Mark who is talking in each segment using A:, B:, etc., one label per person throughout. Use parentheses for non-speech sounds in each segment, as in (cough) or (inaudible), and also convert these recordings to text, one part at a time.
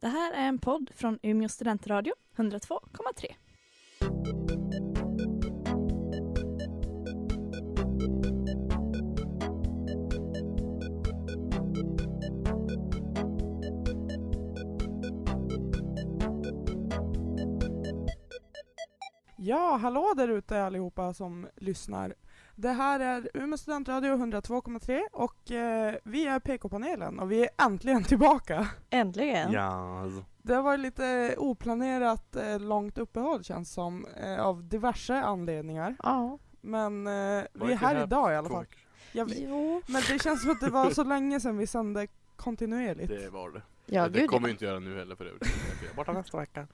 A: Det här är en podd från Umeå studentradio, 102,3.
B: Ja, hallå där ute allihopa som lyssnar. Det här är Umeå studentradio 102,3 och eh, vi är PK-panelen och vi är äntligen (laughs) tillbaka.
C: Äntligen!
D: Ja. alltså,
B: Det har varit lite oplanerat eh, långt uppehåll känns som, eh, av diverse anledningar.
C: Ja.
B: Men eh, vi är
D: Varken
B: här
D: här
B: idag i alla fall. Jag, vet-
C: Jo.
B: men det känns som att det var så
D: (laughs)
B: länge sedan vi sände kontinuerligt.
D: Det var det.
C: Ja,
D: det
C: gud
D: kommer
C: ja.
D: vi inte göra nu heller för övrigt. (laughs) Vi är Borta nästa vecka.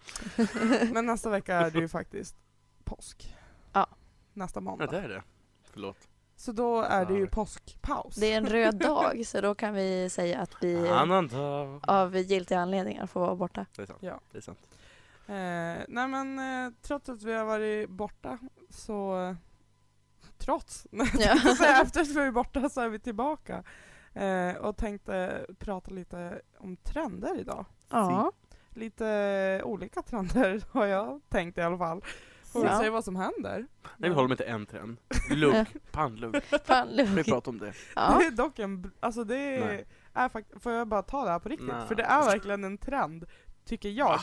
B: Men nästa vecka är det ju faktiskt påsk.
C: Ja.
B: Nästa
D: Ja,
B: måndag.
D: det är det. Förlåt.
B: Så då är det ju
D: Ja.
B: påskpaus.
C: Det är en röd dag så då kan vi säga att vi
D: Annan dag.
C: av giltiga anledningar får vara borta.
D: Det är sant.
B: Ja.
D: Det är sant.
B: Eh, nej men eh, trots att vi har varit borta så eh, Trots? (laughs) Nej,
C: Ja.
B: så efter att vi är borta så är vi tillbaka eh, och tänkte prata lite om trender idag.
C: Ja.
B: Lite olika trender (laughs) har jag tänkt i alla fall. Får vi
C: Ja.
B: se vad som händer.
D: Nej, vi håller med till en trend. Lugg. Pannlugg.
C: Fan,
D: Vi
C: lugnt.
D: pratar om det.
C: Ja.
B: Det är dock en, br- alltså det är,
D: Nej.
B: är fakt- får jag bara ta det här på riktigt?
D: Nej. Ah.
B: För det är verkligen en trend, tycker jag.
D: Va?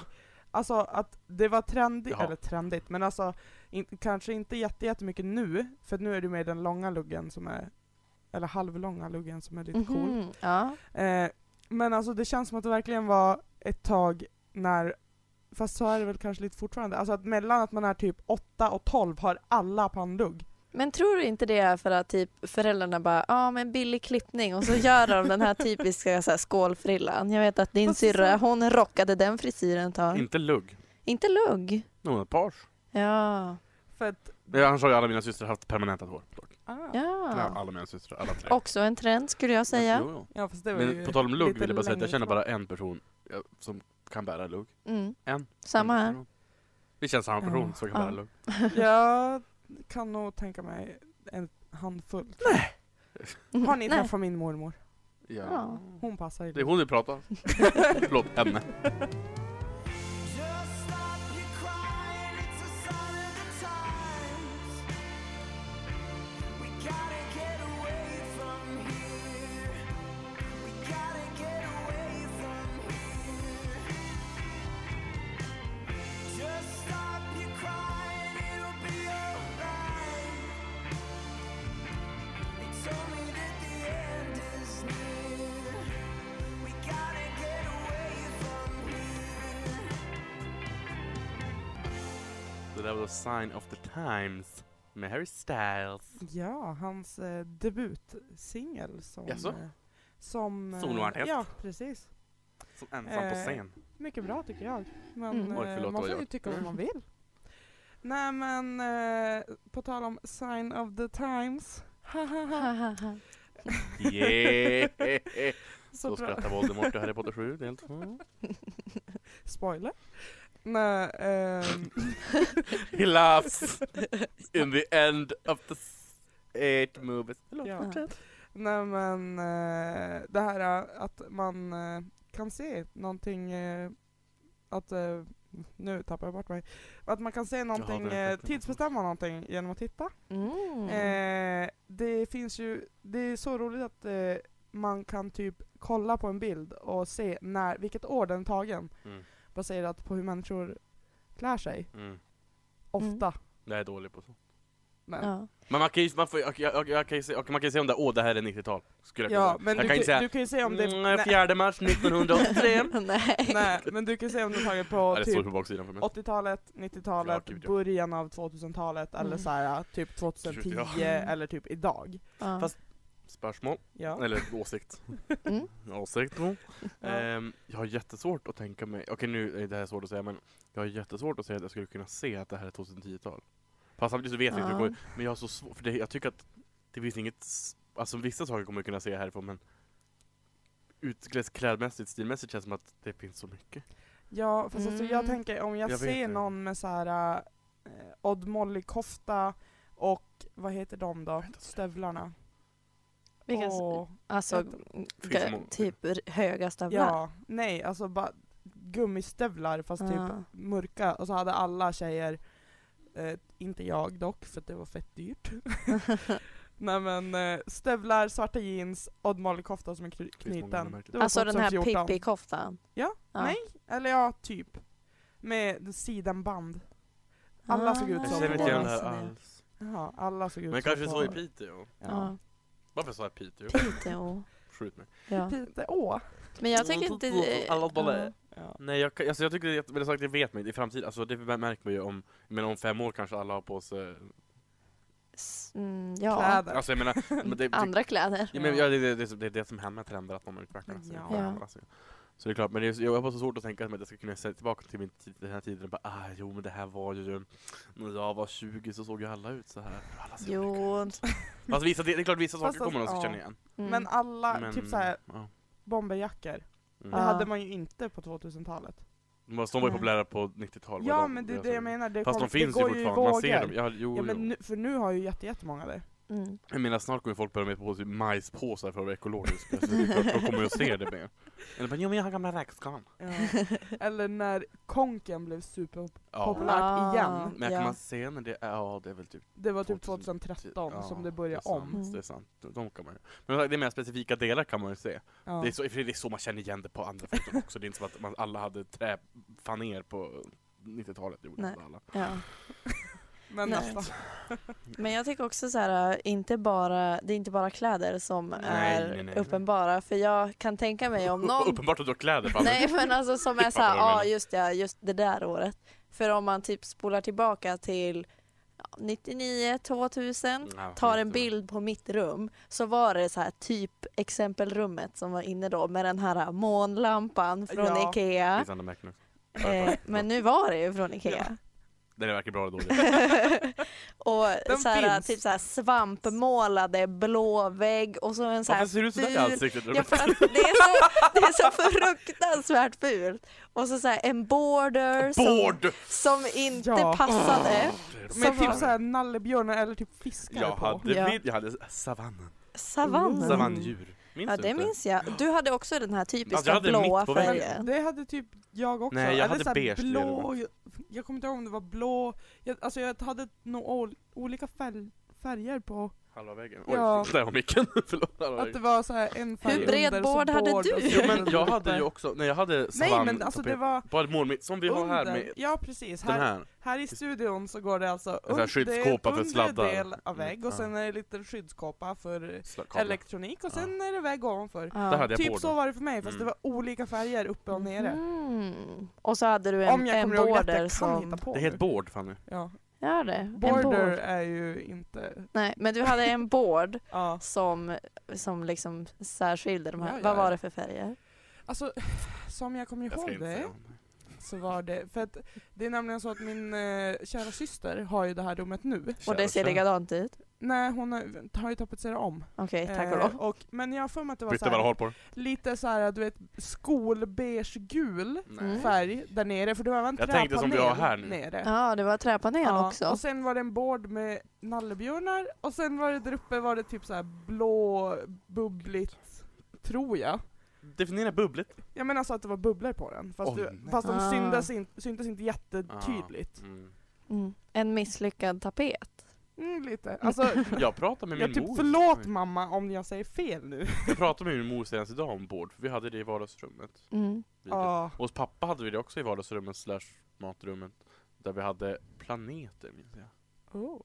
B: Alltså att det var trendigt,
D: Jaha.
B: eller trendigt, men alltså in, kanske inte jätte, jättemycket nu, för nu är det mer den långa luggen som är, eller halvlånga luggen som är lite cool.
C: Mhm. Ja.
B: Eh, men alltså det känns som att det verkligen var ett tag när, fast så är det väl kanske lite fortfarande, alltså att mellan att man är typ 8 och 12 har alla pannlugg.
C: Men tror du inte det är för att typ föräldrarna bara ja men billig klippning och så gör de den här typiska så här, skålfrillan. Jag vet att din
B: Fast
C: syrra
B: så-
C: hon rockade den frisyren ett tag.
D: Inte lugg.
C: Inte lugg.
D: Någon page.
C: Ja.
B: För att,
D: Annars har ju alla mina systrar haft permanentat hår. dock.
B: ah. ja.
D: Alla
C: ja.
D: alla mina systrar. Alla tre.
C: Också en trend skulle jag säga.
D: Jo, jo.
B: fast det var ju
D: Men på tal om lugg
B: lite
D: vill jag bara säga att
B: längre
D: jag känner
B: kvar.
D: bara en person ja, som kan bära lugg.
C: Mm.
D: En.
C: Samma
D: En
C: här.
D: person. Vi känns samma person
B: Ja.
D: som kan
C: Ja.
D: bära lugg.
C: (laughs)
B: Jag kan nog tänka mig en handfull. Har ni
C: Mm-hmm. Nej.
B: träffat min mormor?
C: Ja.
B: Hon passar i
D: Det är hon vi pratar om. Förlåt, henne. Det där var då Sign of the Times med Harry Styles.
B: Ja, hans eh, debutsingel som...
D: Jaså?
B: eh, som eh,
D: Soloartist.
B: Ja, precis.
D: Som ensam på
B: Eh,
D: scen.
B: Mycket bra tycker jag. Men
C: Mm.
B: eh,
D: Oj, förlåt,
B: man
D: det var
B: får ju
D: jag.
B: tycka vad man vill. Nej men, eh, på tal om Sign of the
C: (laughs)
B: Times. (laughs)
D: Yeah!
B: (laughs) så
D: Då
B: bra.
D: skrattar Voldemort i Harry Potter 7 del 2.
B: (laughs) Spoiler. Nej, ehm,
D: He laughs in the end of the s- eight movies. Förlåt.
B: ja.
C: Ja.
B: Nej men eh, det här eh, att man eh, kan se någonting eh, att eh, nu tappar jag bort mig. Att man kan se någonting,
D: det är
B: eh, tidsbestämma någonting genom att titta.
C: Mm.
B: Eh, det finns ju, det är så roligt att eh, man kan typ kolla på en bild och se när, vilket år den är tagen.
D: Mm.
B: Baserat på hur människor klär sig,
D: Mm.
B: ofta.
D: Jag är dålig på så.
B: Men, ja.
C: Ja.
D: Men man kan ju, man får, jag, jag, jag kan ju se, okej, man kan ju se om det, åh det här är 90-tal. Skulle jag
B: men
D: kunna säga. jag
B: du,
D: kan
B: kan,
D: ju säga,
B: du kan ju se om det...
D: mm,
B: nej,
D: 4
C: (laughs)
D: mars 1983.
C: Nej.
B: nej, men du kan ju (laughs) se om det är taget
D: (laughs) Ja,
B: på
D: det står
B: typ
D: på baksidan för mig.
B: 80-talet, 90-talet,
D: Ja, gud, ja.
B: början av 2000-talet eller
C: Mm.
B: så här, typ 2010
D: Ja.
B: (laughs) eller typ idag.
C: Ja.
D: Fast- Spörsmål?
B: Ja.
D: Eller
B: (laughs)
D: åsikt.
C: Mm.
D: Åsikt nog.
B: Ja.
D: Ehm, jag har jättesvårt att tänka mig, okej nu är det här svårt att säga men Jag har jättesvårt att säga att jag skulle kunna se att det här är 2010-tal Fast samtidigt så vet jag inte hur det
C: Ja.
D: kommer, men jag har så svårt, för det, jag tycker att Det finns inget, s- alltså vissa saker kommer jag kunna se härifrån men Utklädd klädmässigt, stilmässigt känns det som att det finns så mycket
B: ja, fast alltså, jag
C: Mm.
B: tänker om jag,
D: Jag vet
B: ser
D: det.
B: någon med så här eh, Odd Molly-kofta och vad heter de då? Stövlarna.
C: Vilka,
B: och,
C: alltså,
B: Vänta.
C: ga-
D: Finns det många?
C: typ r- höga stövlar.
B: ja, nej alltså bara gummistövlar fast
C: Ja.
B: typ mörka och så hade alla tjejer, eh, inte jag dock för att det var fett
C: (laughs)
B: dyrt. Nej men eh, stövlar, svarta jeans, Odd Molly-kofta som är kny-
D: många
B: knuten.
D: märken.
B: Det var
C: Alltså den här
B: 2014.
C: Pippi-koftan.
B: Ja, nej. Eller ja, typ. Med sidenband. Alla såg ut
D: Jag
B: som
D: känner inte igen det här
C: Ja.
D: alls.
B: Jaha, alla såg ut
D: Men
B: som
D: kanske så i
B: sådana.
D: Piteå.
B: Ja.
D: Varför sa jag Piteå? (laughs)
C: Piteå.
D: Skjut mig.
C: Ja.
B: Piteå.
C: Men jag tycker inte... eh,
D: Alla bollar.
C: Ja.
B: Ja.
D: Nej jag, kan- alltså jag tycker, jag, men sagt, jag vet mig, i framtiden, alltså det märker man ju om, men om fem år kanske alla har på sig,
C: S- Mm, ja.
B: Kläder.
D: alltså jag menar,
B: (laughs)
D: men det, det,
C: Andra kläder.
D: ja, men, ja, det, det, det, det är det som händer med trender, att man utvecklar sig.
B: Ja.
D: förändrar sig. Så det är klart, men det är, jag har bara så svårt att tänka mig att jag ska kunna se tillbaka till min tid, den här tiden och bara, ah, jo men det här var ju, när jag var 20 så såg ju alla ut så här. Alla ser olika ut.
C: Jo.
D: Fast vissa, det, det är klart vissa
B: Fast
D: saker kommer man
B: alltså,
D: att
B: ja.
D: känna igen.
C: Mm.
B: Men alla,
D: Men,
B: typ såhär,
D: ja.
B: bomberjackor.
D: Mm.
B: Det
C: Ja.
B: hade man ju inte på 2000-talet.
D: De var- de var ju
C: Nej.
D: populära på 90-talet.
B: Mm. Ja
D: de-
B: men det är
D: deras-
B: det jag menar, det,
D: Fast
B: kom,
D: de finns
B: det
D: ju
B: går ju i
D: fortfarande, man ser dem.
B: vågor.
D: Ja, jo,
B: Ja,
D: jo.
B: men nu, för nu har ju jätte- jättemånga
D: (laughs)
B: det.
C: Mm.
D: Jag menar snart kommer folk börja med på sig majspåsar för att vara ekologiskt. Alltså, det är klart, Då kommer jag att se
B: (laughs)
D: det mer. Eller bara, jo men jag har gamla räkskan.
B: Eh, Eller när konken blev superpopulärt
D: Ja.
C: Ah,
B: igen.
D: Men
C: ja.
D: kan man se när det är, ja det är väl typ
B: Det var typ
D: 2000
B: 2013
D: ja,
B: som det
D: det är
B: började
D: sant,
B: om.
D: Det är sant. De kan man ju. Men det är mer specifika delar kan man ju se.
B: Ja.
D: Det, är så, i och för sig, det är så man känner igen det på andra
B: (laughs)
D: foton också. Det är inte som att man, alla hade träfaner på 90-talet. Det gjorde
C: Nej.
D: inte alla.
C: Ja.
B: Men
C: Nej.
B: nästan.
C: Men jag tycker också så här, äh, inte bara, det är inte bara kläder som
B: Nej,
C: är
D: nej, nej.
C: uppenbara. För jag kan tänka mig om någon
D: Uppenbart att du har kläder på
C: Nej men alltså som är
D: Jag
C: så här,
D: fattar vad du
C: ja
D: menar.
C: just det, just det där året. För om man typ spolar tillbaka till ja, 99, 2000,
D: Ja,
C: tar
D: just
C: en
D: det.
C: bild på mitt rum så var det så här typ exempelrummet som var inne då med den här månlampan från
B: Ja.
D: Det
C: Ikea.
D: finns andra märken också.
C: Eh, men nu var det ju från Ikea.
D: Det där verkar bra
C: (laughs)
D: eller dåligt.
C: och
B: Den
C: så här,
B: finns.
C: typ så här svampmålade blå vägg och så en så här
D: Varför ser du sådär i
C: ful-
D: ansiktet?
C: Ja, för att det, är så, det är så fruktansvärt fult. Och så, så här, en border som,
D: Bård!
C: som inte
B: Ja.
D: Mm.
C: passade.
B: Med
C: Som
B: typ
C: var-
B: såhär nallebjörnar eller typ fiskar
D: Jag
B: på.
D: hade,
C: Ja.
D: vid, jag hade savannen.
C: Savannen.
B: Savann.
D: Savanndjur. Minns
C: Ja
D: du
C: det
D: inte?
C: minns jag. Du hade också den här
D: Alltså, jag
C: typiska
D: hade
C: blåa
D: mitt på väggen.
B: Men
C: färgen.
B: det hade typ jag också.
D: Nej, jag
B: Eller
D: hade
B: såhär
D: beige
B: blå, jag, jag kommer inte ihåg om det var blå, jag, alltså jag hade nog ol, olika färg, färger på.
D: Halva väggen. Oj,
B: Ja.
D: där var micken. (laughs) Förlåt. halva
B: Att det
D: väggen.
B: var såhär en färg
D: Hur
C: bred
B: under, så
C: board hade
B: och
C: du?
B: så-
D: Jo men jag hade ju också, nej jag hade
B: Nej
D: savann.
B: men alltså det
D: tapet.
B: var
D: Bara målmitt, som vi har här
B: under.
D: med
B: Ja precis,
D: den
B: här,
D: här.
B: Här i studion så går det alltså un-
D: sån här
B: det är
D: skyddskåpa för
B: under
D: sladdar. Mm,
B: del av vägg och
D: Ja.
B: sen är det lite skyddskåpa för
D: Kablar.
B: elektronik och sen är det vägg ovanför.
D: Där hade jag
B: Typ
D: bård.
B: så var det för mig fast
D: Mm.
B: det var olika färger uppe och nere.
C: Mm. Och så hade du en,
B: Om jag
C: en
B: kommer ihåg rätt, jag
C: border
B: kan hitta
C: som...
B: på
D: Det
B: nu.
D: heter bård Fanny.
B: ja.
C: Ja det. En
B: Border
C: board.
B: är ju inte...
C: Nej men du hade en board
B: Ja.
C: som, som liksom särskilde de här.
B: Ja, ja,
C: Vad
B: ja.
C: var det för färger?
B: Alltså, som jag kommer
D: Jag ska
B: ihåg
D: inte säga
B: det
D: om det.
B: så var det... För att det är nämligen så att min eh, kära syster har ju det här rummet nu.
C: Och det ser
D: Kärlek.
C: likadant ut.
B: Nej, hon har, har ju tapetserat om.
C: Okej, tack och
B: Eh,
C: lov.
B: och, men jag har för mig att det var så
D: Britta bara
B: här,
D: håll på det.
B: lite så här, du vet, skolbeige-gul
C: Mm.
B: färg där nere, för det var en
D: Jag tänkte som vi
B: träpanel
D: har här nu.
B: nere.
C: Ja, det var träpanel
B: Ja,
C: också.
B: Och sen var det en board med nallebjörnar och sen var det där uppe var det typ så här blå, bubbligt, tror jag.
D: Definiera bubbligt.
B: Jag menar så att det var bubblor på den, fast,
D: Åh,
B: du,
D: nej.
B: fast de
C: Ah.
B: syntes, in, syntes inte jättetydligt.
D: Mm.
C: Mm. En misslyckad tapet.
D: Ah.
B: Mm, lite.
D: (laughs)
B: Alltså,
D: Jag pratade med min
B: jag typ,
D: mor. Mm.
B: förlåt mamma om jag säger fel nu.
D: Jag pratade med min mor senast idag om bård, för vi hade det i vardagsrummet.
C: Mm.
D: Vi-
B: Ja,
D: Och hos pappa hade vi det också i vardagsrummet slash matrummet. Där vi hade planeter minns jag.
B: oh.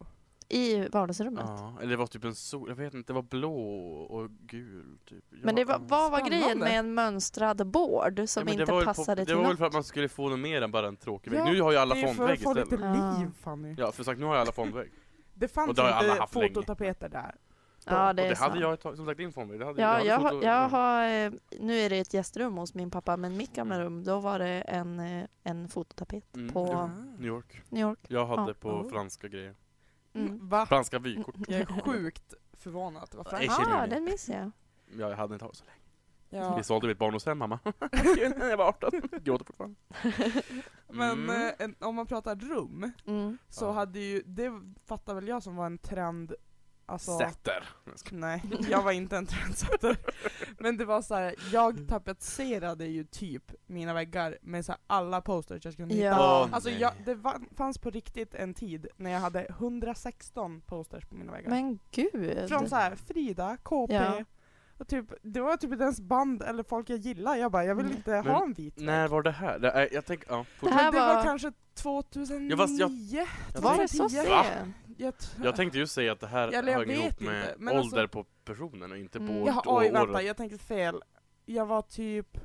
C: I
B: Mm.
C: vardagsrummet.
D: Ja, eller det var typ en sol, jag vet inte, det var blå och gul typ. Jag,
C: Men det var, vad var
B: Spännande.
C: grejen med en mönstrad board
D: Ja,
C: som
D: men det
C: inte
D: var väl
C: passade
D: på,
C: till
D: Det var väl
C: något?
D: för att man skulle få något mer än bara en tråkig
B: Ja,
D: vägg. Nu har ju alla
B: Det är ju för
D: fondvägg
B: att få
D: istället.
B: lite
C: istället.
B: liv Fanny.
D: Ja, för sagt, nu har ju alla fondvägg.
B: Det
D: Och
B: fanns
D: det har ju alla
B: inte
D: haft länge.
B: fototapeter där.
C: Ja, det
D: och
C: är
D: det hade
C: sant.
D: jag ett tag- som sagt din fondvägg. Det hade,
C: Ja,
D: hade
C: jag, har-
D: foto-
C: jag har, eh, nu är det ett gästrum hos min pappa, men mitt gamla rum, då var det en, eh, en fototapet
D: Mm,
C: på-
D: det var
B: Ah.
D: New York.
C: New York.
D: Jag hade
C: Ja.
D: på
B: Oh.
D: franska grejer.
C: Mm.
B: Va?
D: Franska vykort.
B: Jag är sjukt förvånad. Vad
D: Nej,
B: fransk.
D: shit. känner
C: Ja,
D: ni.
C: Ah, den missade jag.
D: Jag hade inte haft så länge.
B: Ja.
D: Vi sålde mitt barndomshem mamma. Kul, när jag var 18. Gråter fortfarande.
B: Men
D: (laughs) Mm.
B: eh, en, om man pratar rum
C: Mm.
B: så
D: Ja.
B: hade ju, det fattar väl jag som var en trend Alltså,
D: Sätter.
B: Nej, jag var inte en
D: (laughs)
B: trendsetter. Men det var så här, jag tapetserade ju typ mina väggar med så här alla posters jag kunde
C: Ja.
B: hitta.
D: Åh,
B: Alltså
D: nej.
B: jag, det va- fanns på riktigt en tid när jag hade 116 posters på mina väggar.
C: Men gud.
B: Från så här Frida, KP,
C: Ja.
B: och typ, det var typ inte ens band eller folk jag gillar. Jag bara, jag vill
C: Mm.
B: inte
D: Men-
B: ha en vit vägg.
D: När var det här? Det, äh, jag tänker, ja.
C: Det
D: fortsätt.
C: här
B: Men det var,
C: var-
B: kanske 2009.
D: Jag fast- jag-
B: jag
C: Var
B: tror
C: det så
B: jag-
C: sent?
B: Jag tr-
D: Jag tänkte ju säga att det här
B: Eller jag
D: hänger ihop
B: vet
D: med
B: inte, men
D: ålder
B: alltså-
D: på personen och inte på
C: Mm.
D: år,
B: Jaha, oj
D: år-
B: vänta, jag tänkte fel. Jag var typ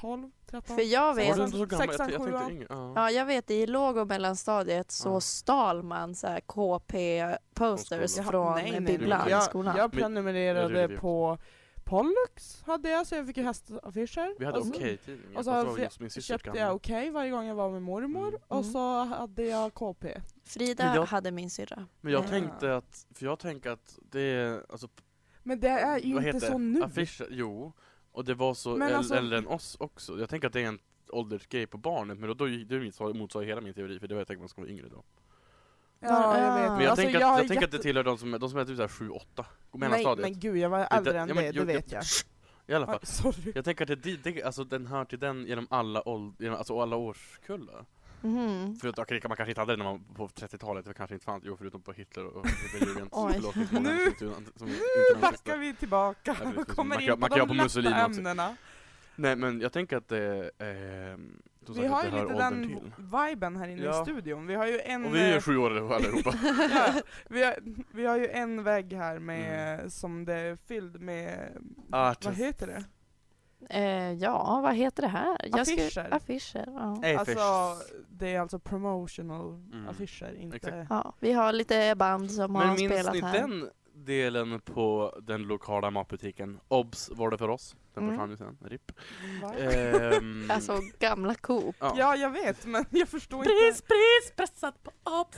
B: 12, 13?
C: För jag
D: Var
C: vet,
D: du inte så gammal? Jag,
B: Sexan,
D: jag
B: sjuan.
D: tänkte yngre. Ja.
C: ja, jag vet i låg och mellanstadiet så
D: Ja.
C: stal man så här KP-posters
D: Från
C: från,
B: Jaha, nej, nej, nej.
C: bibblan i
B: jag,
C: skolan.
B: Jag
D: Men- Jag är
B: prenumererade
D: idiot.
B: på Pollux, hade jag, så jag fick ju hästaffischer.
D: Vi hade
B: Och så
D: Okej-tidningen,
B: Alltså, och så
D: fast det var
B: vi-
D: alltså, just min systers
B: köpte
D: gamla.
B: jag Okej varje gång jag var med mormor,
D: Mm.
B: och
C: Mm.
B: så hade jag KP.
C: Frida
D: Men jag-
C: hade min syrra.
D: Men jag
B: Ja.
D: tänkte att, för jag tänker att det är, alltså,
B: Men det är ju
D: vad
B: inte
D: heter
B: så
D: det?
B: nu.
D: Affischer, jo. Och det var så
B: Men
D: äl-
B: alltså-
D: äldre än oss också. Jag tänker att det är en åldersgrej på barnet, men då, då, det motsvarar- motsvarar hela min teori, för det var jag tänkte att man skulle vara yngre då.
B: Ja, jag vet.
C: Men
D: Men jag
B: Alltså,
D: tänker
B: jag
D: att, jag
B: har
D: tänker att det
B: jätte-
D: tillhör de som, de som är typ såhär 7-8,
B: Nej
D: mellanstadiet.
B: men gud, jag var äldre än
D: ja, men
B: det, det
D: jag-
B: vet jag.
D: I alla fall.
B: Ah, (laughs) Sorry.
D: Jag tänker att det, det, det alltså, den hör till den genom alla, åld, genom, alltså, alla årskullar.
C: Mhm.
D: Förutom, okay, man kanske inte hade det när man på 30-talet, det kanske inte fanns, jo förutom på Hitler och, och
B: (laughs)
D: Hitlerjugend.
C: Oj.
D: Förlåt, det finns många
B: Nu-
D: som- som-
B: (laughs)
D: som-
B: Nu
D: internationella-
B: backar vi tillbaka
D: Ja, precis.
B: och kommer
D: Man
B: in
D: kan- man
B: på
D: kan ha
B: de
D: på Mussolini
B: lätta
D: också.
B: ämnena.
D: Nej men jag tänker att det, eh, som
B: Vi
D: sagt,
B: har
D: det
B: ju
D: hör
B: lite
D: åldern
B: den
D: till.
B: viben här inne
D: Ja.
B: i studion. Vi har ju en...
D: Och vi är
B: eh,
D: ju sju
B: (laughs)
D: år allihopa.
B: Ja, vi, har, vi har ju en vägg här med,
D: Mm.
B: som det är fylld med,
D: Art.
B: vad heter det?
C: Eh, ja, vad heter det här? Jag skulle-
B: Affischer.
C: affischer
D: Eh.
C: ja.
B: Alltså, det är alltså promotional
D: Mm.
B: affischer, inte...
D: Exakt.
C: ja. Vi har lite band som
D: Men
C: har
D: minns
C: spelat
D: ni
C: här.
D: den delen på den lokala matbutiken? Obs var det för oss. Den
C: Mm.
D: försvann ju sen, RIP.
B: Va? (laughs)
D: Ehm,
C: Alltså gamla Coop.
D: ja.
B: Ja, jag vet, men jag förstår inte.
A: pris, pressat på upp.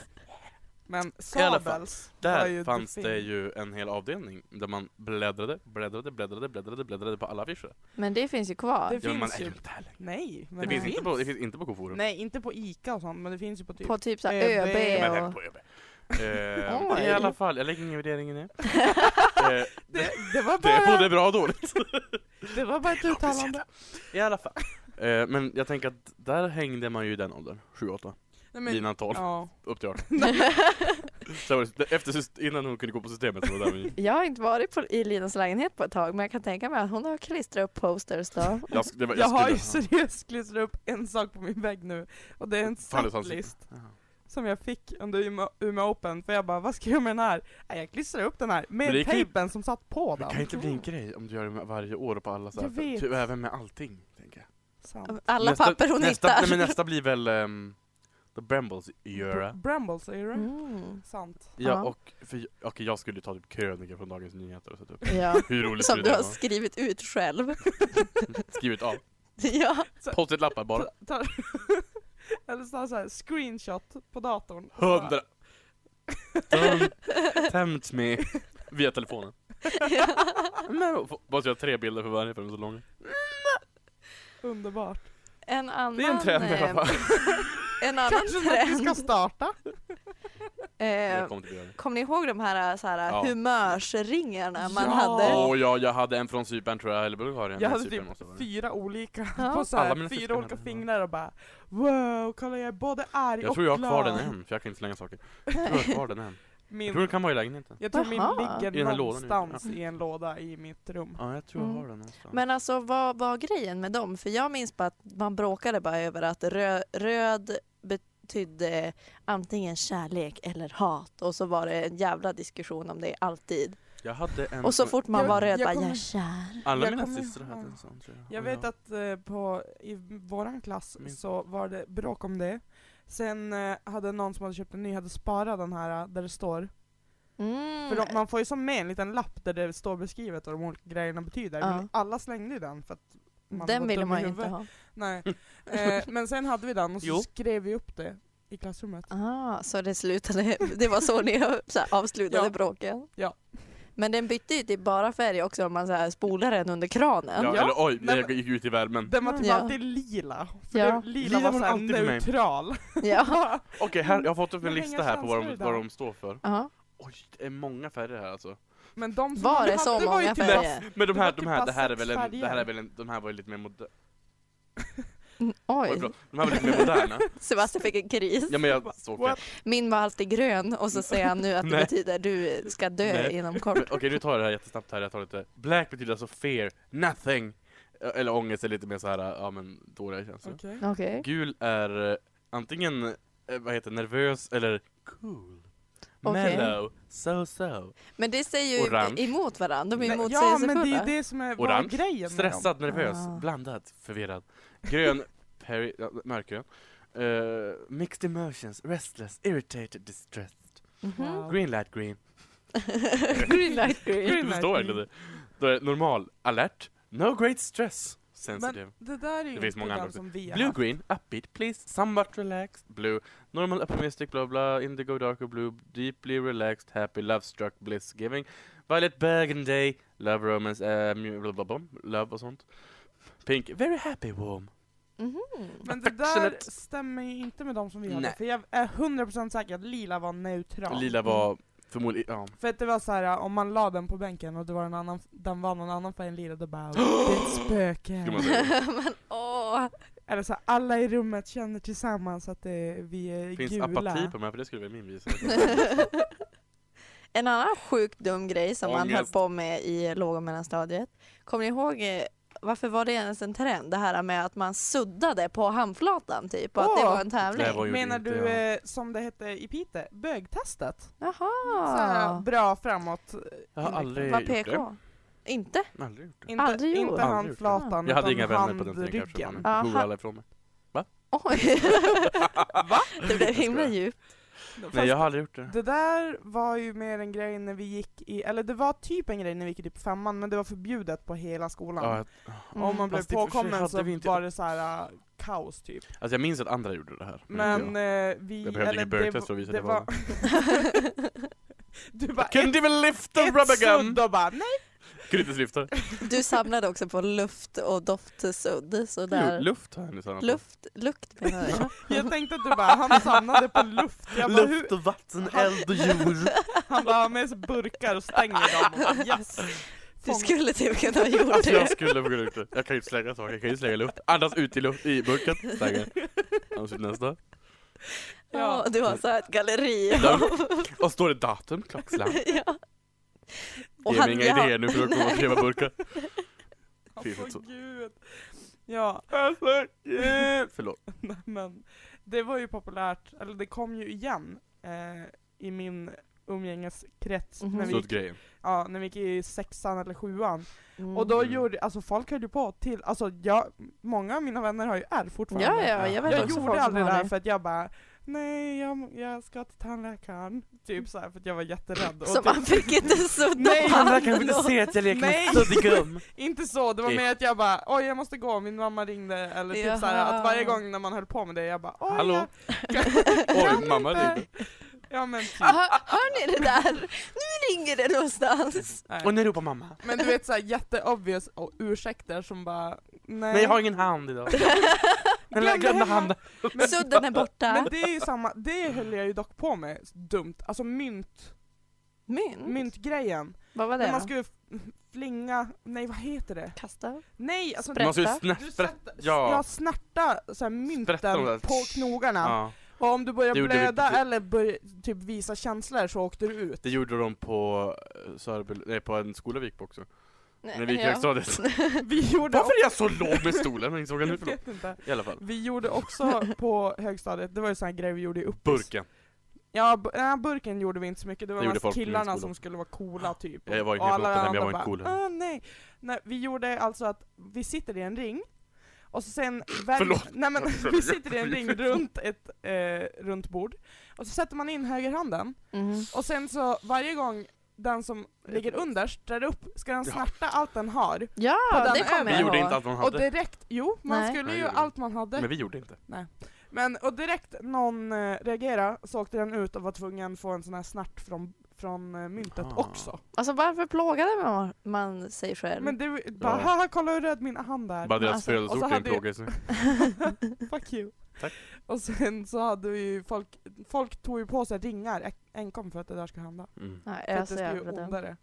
B: Men
D: alla fall,
B: Sabels var
D: Där
B: ju
D: fanns
B: fin.
D: det ju en hel avdelning där man bläddrade, bläddrade, bläddrade, bläddrade, bläddrade på alla affischer.
C: Men det finns ju kvar.
B: Det
D: Ja, men man
B: finns
D: är ju
B: ju.
D: inte här längre.
B: Nej, men
D: Det finns inte på- det
B: finns.
D: finns inte på Koforum.
B: Nej, inte på Ica och sånt, men det finns ju på typ...
C: På typ såhär
B: ÖB.
D: Men
C: ÖB
D: även (laughs)
C: och...
D: på ÖB.
B: (laughs)
D: Ehm,
C: Oj.
D: I alla fall, jag lägger ingen värdering i det. Eh,
B: det, (laughs) det, var
D: (laughs) Det är
B: bara,
D: både bra och dåligt.
B: det var bara
D: (laughs)
B: ett uttalande.
D: I alla fall. Eh, men jag tänker att där hängde man ju i den åldern, 7-8,
B: Nej, men,
D: innan 12,
B: ja.
D: upp till 18. Så var det, efter, syst- innan hon kunde gå på systemet så var det där
C: (laughs)
D: vi
C: Jag har inte varit på, i Linas lägenhet på ett tag men jag kan tänka mig att hon har klistrat upp posters då.
D: jag, det var,
B: Jag har ju
D: skulle-
B: seriöst klistrat upp en sak på min vägg nu, och det är en
D: Fan, det fanns-
B: setlist.
D: Ja.
B: som jag fick under Umeå, Umeå Open, för jag bara vad ska jag göra med den här? Nej, jag klistrar upp den här
D: Men det
B: med
D: kan ju-
B: tejpen som satt på
D: Det
B: den.
D: kan ju inte bli en grej om du gör det med varje år och på alla så här,
B: Jag vet.
D: Typ även med allting. Tänker jag.
B: Sant.
C: Alla
D: nästa,
C: papper hon
D: nästa,
C: hittar.
D: nej, men nästa
C: (laughs)
D: blir väl ehm, The Brambles
B: Br-
D: era.
B: Brambles är det?
C: Mm.
B: Sant.
D: Ja,
C: Ja.
D: och för, okej, jag skulle ju ta typ krönikor från Dagens Nyheter och sätta upp. (laughs)
C: Ja.
D: Hur roligt
C: Som
D: skulle
C: du
D: det
C: har
D: vara?
C: skrivit ut själv. (laughs)
D: Skrivit av.
C: Ja.
D: Post-it-lappar bara.
B: Ta- ta- (laughs) Eller så så här, screenshot på datorn.
C: (laughs)
D: Hundra! Don't tempt me.
C: (laughs)
D: Via telefonen. Men måste jag ha tre bilder för varje för de är så långa.
B: Underbart.
C: En annan,
D: Det är en trend i alla fall.
C: eh, (laughs) en annan
B: Kanske något vi ska
C: trend.
B: starta?
D: Jag
C: Eh,
D: kommer till
C: Kommer ni ihåg de här, eh, så här
D: Ja.
C: humörsringarna man
B: Ja.
C: hade?
D: Åh ja, jag hade en från Cypern tror jag, eller Bulgarien.
B: Jag
D: Nej,
B: hade
D: Cypern
B: typ
D: måste det vara.
B: fyra olika,
C: Ja.
B: på så
D: Alla
B: här,
D: mina
B: fyra
D: syskon
B: olika
D: hade den.
B: fingrar och bara wow, kolla jag är både arg
D: Jag
B: och
D: tror jag har kvar
B: glad."
D: den än, för jag kan inte
C: (laughs)
D: slänga saker. Jag tror jag har kvar den än. Jag tror
B: Min,
D: den kan vara i lägenheten.
B: jag tror
C: Jaha.
B: min
D: I den
B: ligger
D: här lådan nu.
B: någonstans i en låda i mitt rum.
D: Ja, jag tror jag
C: Mm.
D: har den någonstans.
C: Men alltså vad var grejen med dem? För jag minns bara att man bråkade bara över att rö- röd betydde antingen kärlek eller hat och så var det en jävla diskussion om det alltid.
D: jag hade en
C: Och så
D: sån-
C: fort man
B: Jag-
C: var röd
B: jag
C: bara
B: kommer-
C: jag är kär.
D: Alla
B: jag
D: mina
B: kommer-
D: systrar hade
B: ja.
D: en sån tror jag.
B: Jag
D: Och
B: vet att eh, på, i våran klass
D: Min.
B: så var det bråk om det. Sen eh, hade någon som hade köpt en ny, hade sparat den här eh, där det står.
C: Mm.
B: För de, man får ju som med en liten lapp där det står beskrivet vad de olika grejerna betyder. Men
C: Ja.
B: alla slängde ju den för att man
C: Mm, Den
B: var
C: ville
B: dum i
C: man ju
B: huvudet.
C: inte ha.
D: (laughs)
B: Nej. Eh, men sen hade vi den och så
D: Jo.
B: skrev vi upp det i klassrummet.
C: Ah, så det slutade, (laughs) det var så ni så här, avslutade
B: Ja.
C: bråken?
B: Ja.
C: Men den bytte ju till bara färg också om man så här, spolar den under kranen.
D: Ja,
B: Ja.
D: eller oj,
B: Nej,
D: jag gick ut i värmen.
B: Den var typ
C: Ja.
B: alltid lila. För
C: Ja.
B: det, lila,
D: Lila
B: var
D: var
B: såhär
D: alltid för mig.
B: neutral.
C: (laughs)
B: (laughs)
C: Ja.
D: Okej, här, jag har fått upp
B: Men
D: en
B: inga
D: lista här på vad de,
B: känslor
D: vad
B: idag.
D: de står för.
C: Ja.
D: Och Oj, det är många färger här alltså.
B: Men de som
C: Var
B: vi
C: det så
B: hade var ju
C: många
B: typ
C: färger?
D: Men de
B: Det
D: här,
B: var
D: de
B: typ
D: här,
B: bara
D: det här är
B: sex
D: väl en, det här
B: färger.
D: är väl en, de här var ju lite mer moderna.
C: Mm,
D: Oj,
C: Oj,
D: förlåt. de här var lite mer
B: (laughs)
D: moderna.
C: Sebastian fick en kris.
D: Ja men jag såg det.
B: What?
C: Min var alltid grön och så säger han nu att det
D: Nej.
C: betyder du ska dö
D: Nej.
C: inom
D: Men (laughs)
C: kort.
D: Okej nu tar jag det här jättesnabbt här, jag tar lite. Black betyder alltså fear, nothing. Eller ångest är lite mer så här, ja men dåliga känslor.
B: Okej.
C: Okej.
D: Gul är eh, antingen, eh, vad heter det, nervös eller cool.
C: Okej.
D: Mellow, so-so.
C: Men det säger ju
D: Orange.
C: emot varandra, de är
D: Nej,
B: Ja men det
C: motsägelsefulla.
B: är det som är var
D: Orange.
B: grejen med dem.
D: Stressad, nervös,
C: Ah.
D: blandad, förvirrad. Grön, (laughs) peri- ja, mörkgrön. Eh, mixed emotions, restless, irritated, distressed.
C: Mhm.
B: Wow.
D: Green light green.
C: (laughs) green light green.
D: (laughs)
B: Green
D: det
B: light
D: står
B: green.
D: verkligen det. Då är normal, alert, no great stress, sensitive.
B: Men det där är ju
D: Det finns
B: inte
D: många andra
B: den som vi har
D: Blue
B: haft.
D: green, upbeat please, somewhat relaxed, blue, normal optimistic, blah blah, indigo darker blue, deeply relaxed, happy, love struck, bliss giving, violet burgundy, love romance, eh, mu- blah, blah, blah, love och sånt. Pink, very happy warm.
C: Mhm.
B: Men det där
D: Affectionate.
B: stämmer ju inte med de som vi hade,
D: Nej.
B: för jag är 100% säker att lila var neutral.
D: Lila var förmodligen, ja.
B: För att det var så här om man la den på bänken och det var en annan, den var någon annan färg än lila, då
D: (gasps)
B: bara det är ett
D: skulle
B: spöke.
D: man säga.
C: (laughs) Men åh!
B: Eller så här, alla i rummet känner tillsammans att det, vi är
D: Finns
B: gula.
D: apati på mig för det skulle vara min gissning.
C: (laughs) En annan sjukt dum grej som man höll
D: Ångest.
C: på med i låg och mellanstadiet. Kommer ni ihåg eh, varför var det ens en trend? Det här med att man suddade på handflatan typ och att det
B: Åh!
C: var en
D: Det
C: tävling.
D: var- gjorde
B: Menar
D: inte
B: du,
D: jag.
B: eh, som det hette i Piteå, bögtestet? Så här,
C: Jaha!
B: bra framåt.
D: Jag har aldrig
C: Var
D: gjort det.
C: PK? Inte?
D: Aldrig gjort det.
B: Inte,
C: Aldrig gjort.
B: inte
D: Aldrig gjort det.
B: handflatan,
D: Jag hade inga
B: utan
D: vänner på den tiden kanske.
B: handryggen.
D: men Google
C: Aha.
D: alla ifrån mig.
B: (laughs)
C: Oj!
D: Va?
C: Det blev himla djupt.
D: Nej jag har aldrig gjort det.
B: Det där var ju mer en grej när vi gick i, eller det var typ en grej när vi gick i typ femman, men det var förbjudet på hela skolan.
D: Ja, jag- Mm.
B: Om
C: Mm.
B: man blev
D: Fast i och för sig
B: påkommen
D: hade
B: så
D: vi inte-
B: var det så här äh, kaos typ.
D: alltså jag minns att andra gjorde det här.
B: Men
D: inte jag.
B: eh, vi...
D: Mm, Jag behövde
B: eller
D: inget bögtest
B: det-
D: för att visa
B: det
D: det var.
B: (laughs) du bara ett,
D: Kunde väl lyfta
B: ett
D: rubber gum?
B: sudd och bara nej!
D: Kunde inte ens lyfta det.
C: Du samlade också på luft och doftsudd. Så
D: Jo,
C: där.
D: Luft har jag nu samlat på.
C: Luft, lukt menar jag.
B: (laughs) Jag tänkte att du bara, han samlade på luft. Jag bara, hur?
D: Luft och vatten, eld och
B: (laughs)
D: djur.
B: Han bara har med sig burkar och stänger dem. Och bara,
C: (laughs)
B: yes!
C: Du
B: Fång-
C: skulle typ kunna ha gjort
D: Alltså jag
C: det.
D: skulle få gå ut det. Jag kan ju inte slänga saker, jag kan ju slänga luft. Andas ut i luft, i burken. Slänga. Annars ut nästa.
B: Ja.
C: Ja, du har så här ett galleri.
D: Och står det datum,
B: (laughs)
D: klockslag.
C: (laughs) ja.
D: Ge mig inga
C: ja.
D: idéer nu för jag kommer att
B: (laughs)
D: skriva burkar.
B: Åh,
D: Fy, vad så-
B: gud. Ja,
D: Alltså, yeah. Förlåt.
B: nej, (laughs) men det var ju populärt, eller det kom ju igen eh, i min umgängeskrets
C: Mhm.
B: när, vi
D: Så
B: gick,
D: grejen.
B: ja, när vi gick i sexan eller sjuan.
C: Mm.
B: Och då
D: Mm.
B: gjorde, alltså folk höll ju på till, alltså jag, många av mina vänner har ju ärr fortfarande.
C: Ja, ja, jag vet
B: Jag
C: också folk
B: gjorde
C: som
B: aldrig det
C: har
B: här för att jag bara Nej, jag, jag ska till tandläkaren. Typ så här för att jag var jätterädd. Och
C: Så
B: typ,
C: man fick inte sudda
B: Nej,
C: på
B: men
D: Andra
C: handen
D: kanske inte
C: då.
D: ser att jag leker
B: Nej.
D: med suddig gum.
B: Inte så, det var
D: Okej.
B: mer att jag bara oj jag måste gå, min mamma ringde. Eller typ så
C: Jaha.
B: här, att varje gång när man höll på med det, jag bara (laughs) oj
D: Hallå?
B: jag kan, kan
D: Oj, mamma
B: inte."
D: ringde.
B: Ja men typ.
C: Hör, hör ni det där? Nu ringer det någonstans.
B: Nej.
D: Och nu ropar mamma.
B: Men du vet såhär jätteobvious och ursäkter som bara nej.
D: Nej, jag har ingen hand idag.
B: Glömde
D: Jag glömde
B: hemma.
D: handen.
C: Sudden är
B: Men
C: borta.
B: det är ju samma, det höll jag ju dock på med, dumt. Alltså mynt,
C: Mynt?
B: myntgrejen.
C: Vad var
B: När man
C: Mm. det?
B: skulle f- flinga, nej vad heter det?
C: Kasta?
B: Nej alltså
C: Sprätt.
D: Man ska ju
C: Berätta.
B: du
D: snäppra.
B: sätter,
D: ja.
B: jag snärtar så här
D: Sprätta de där.
B: mynten på knogarna.
D: Ja.
B: Och om du börjar
D: Det gjorde vi-
B: blöda
D: det-
B: eller bör, typ visa känslor så åkte du ut.
D: Det gjorde de på, eh, Sörbyl, nej, på en skola vi gick på också.
C: Nej,
D: När vi gick i
C: ja. (laughs)
D: högstadiet.
B: Vi gjorde,
D: Varför är jag så låg med stolen? Jag insåg jag nu,
B: jag
D: förlåt.
B: vet inte.
D: (laughs) I alla fall.
B: Vi gjorde också på högstadiet, det var ju sån här grej vi gjorde i uppis.
D: Burken.
B: Ja, bu- nej, burken gjorde vi inte så mycket, det var
D: Det gjorde
B: mest
D: folk i min
B: killarna
D: skola.
B: som skulle vara coola typ.
D: Jag var inte
B: Och
D: med
B: alla
D: bland dem,
B: andra
D: jag var inte cool.
B: bara, ah, nej. nej. Vi gjorde alltså att vi sitter i en ring, och så
D: (laughs)
B: sen väl,
D: Förlåt.
B: Nej, men,
D: Varför?
B: vi sitter i en ring runt ett eh, runt bord, och så sätter man in högerhanden,
C: Mhm.
B: och sen så varje gång den som ligger underst drar upp, ska den
D: Ja.
B: snärta allt den har. På
C: Ja,
B: den
C: det kommer
D: Vi
C: jag
D: gjorde
C: ihåg.
D: inte allt man
B: Och
D: hade.
B: direkt, jo, man
C: Nej.
B: skulle
D: Nej,
B: ju
D: gjorde vi.
B: allt man hade.
D: Men vi gjorde inte.
B: Men och direkt någon eh, reagerade så åkte den ut och var tvungen få en sån här snärt från, från eh, myntet
D: Ah.
B: också.
C: Alltså varför plågade man, man sig själv?
B: Men det var ju bara
D: Ja.
B: haha kolla hur röd min hand är.
D: Bara deras
C: alltså,
B: och så
D: födelseort är en
B: hade ju-
D: plåga just nu.
B: Fuck you.
D: Tack.
B: Och sen så hade vi ju folk folk tog ju på sig ringar enkom för att det där skulle hända.
D: Mm.
C: Nej,
B: För
C: jag är
B: att
C: så
B: det skulle
C: jävla
B: göra
C: dum.
B: ondare.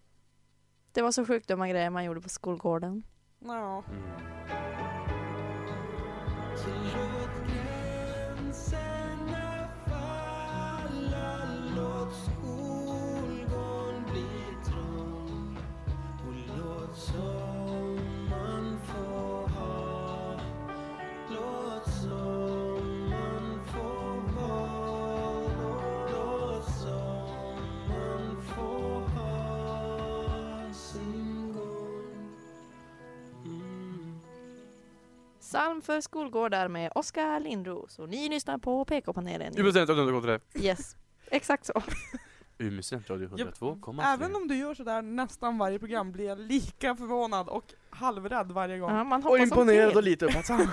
C: Det var så sjukt dumma grejer man gjorde på skolgården.
B: Ja.
D: Mm.
C: Psalm för skolgårdar med Oskar Lindros och ni lyssnar på PK-panelen.
D: Umeå studentradio 102,3.
C: Yes, exakt så.
D: Umeå studentradio
B: Ja,
D: 102,3.
B: Även om du gör sådär nästan varje program blir jag lika förvånad och halvrädd varje gång.
C: Ja, man
D: Och
C: hoppas om
D: imponerad och
C: fel.
B: (laughs)
D: lite uppmärksam.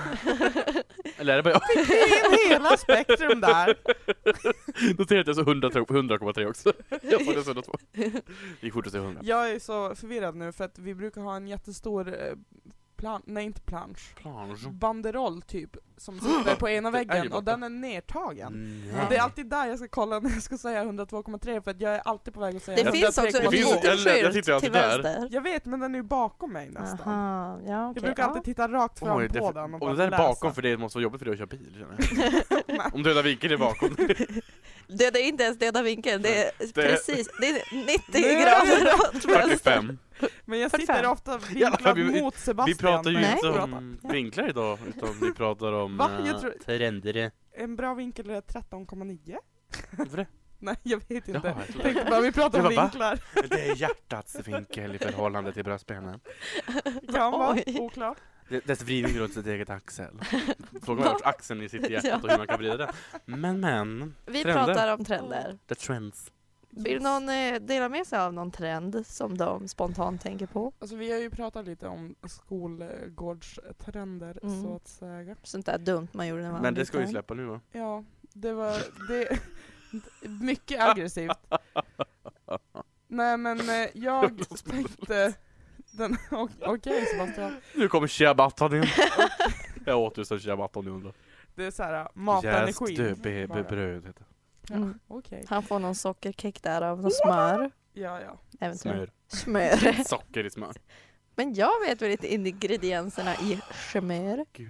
D: Eller är det bara jag? (laughs)
B: Det är hela spektrum där.
D: Noterar att jag sa 100,3 100,3 också. (laughs) Jag får det så
B: (laughs)
D: 102. Det gick fort att säga 100.
B: Jag är så förvirrad nu för att vi brukar ha en jättestor eh, plan, nej inte plansch,
D: Plange.
B: banderoll typ, som sitter på ena
D: (laughs) Det är ju
B: väggen och
D: borta. Mm.
B: den är nertagen.
D: Nej.
C: Ja.
B: Och det är alltid där jag ska kolla när jag ska säga 102,3 för att jag är alltid på väg att säga
C: Det
D: Jag
C: finns också en
D: det finns-
C: liten
D: eller-
C: skylt
D: jag tittar alltid
C: till
D: där.
C: vänster.
B: Jag vet men den är ju bakom mig nästan.
C: Aha, ja,
B: Jag
C: okay,
B: brukar alltid titta rakt fram
D: Oj, det,
B: på den och
D: och
B: bara
D: det där är
B: läsa.
D: bakom för det måste vara jobbigt för dig att köra bil. känner
B: (laughs)
D: jag. Om Döda viken är bakom.
C: Det, det är inte ens döda vinkeln, det är precis det är 90
B: Nej.
C: grader
D: (laughs)
C: åt vänster.
D: 45.
B: Men jag sitter
C: 45.
B: ofta
D: Jävlar,
B: vinklad
D: vi-
B: mot Sebastian.
D: Vi pratar ju
B: när jag
D: inte
B: pratar.
D: om vinklar idag, utan vi pratar om
B: Va?
D: eh,
B: Jag tror-
D: trender.
B: En bra vinkel är 13,9.
D: Varför det?
B: Nej jag vet inte.
D: Jaha, jag
B: jag
D: trodde-
B: tänkte bara vi pratar
D: Jag
B: om
D: bara, va?
B: vinklar.
D: Det är hjärtats vinkel i förhållande till bröstbenen.
B: Det kan vara
C: Oj.
B: oklart.
D: Det- Dess vridning runt sitt eget axel. Frågan är vart axeln i sitt hjärta och hur man kan vrida den. Men men,
C: Vi
D: Trender.
C: pratar om trender.
D: the trends.
C: Vill någon eh, dela med sig av någon trend som de spontant tänker på?
B: Alltså vi har ju pratat lite om skolgårdstrender
C: Mm.
B: så att säga.
C: Sånt där dumt man gjorde när man var
D: Men det ska vi
C: liten.
D: släppa nu va?
B: Ja, det var det, (laughs) mycket aggressivt. Nej men eh,
C: (laughs)
B: jag tänkte den, o- Okej Sebastian,
D: Nu kommer
B: (laughs)
D: ciabattan in. Jag åt just en ciabatta om ni undrar.
B: det är såhär
D: Jäst
B: matenergi.
D: du, be, be,
B: Bara.
D: bröd heter det.
B: Ja,
C: Mm.
B: Okej,
C: Han får någon sockerkick där av någon smör.
B: ja ja.
C: Eventuellt.
B: (laughs)
D: Smör.
C: Smör.
D: (laughs) Socker i smör.
C: Men jag vet väl inte ingredienserna i smör.
D: Gud.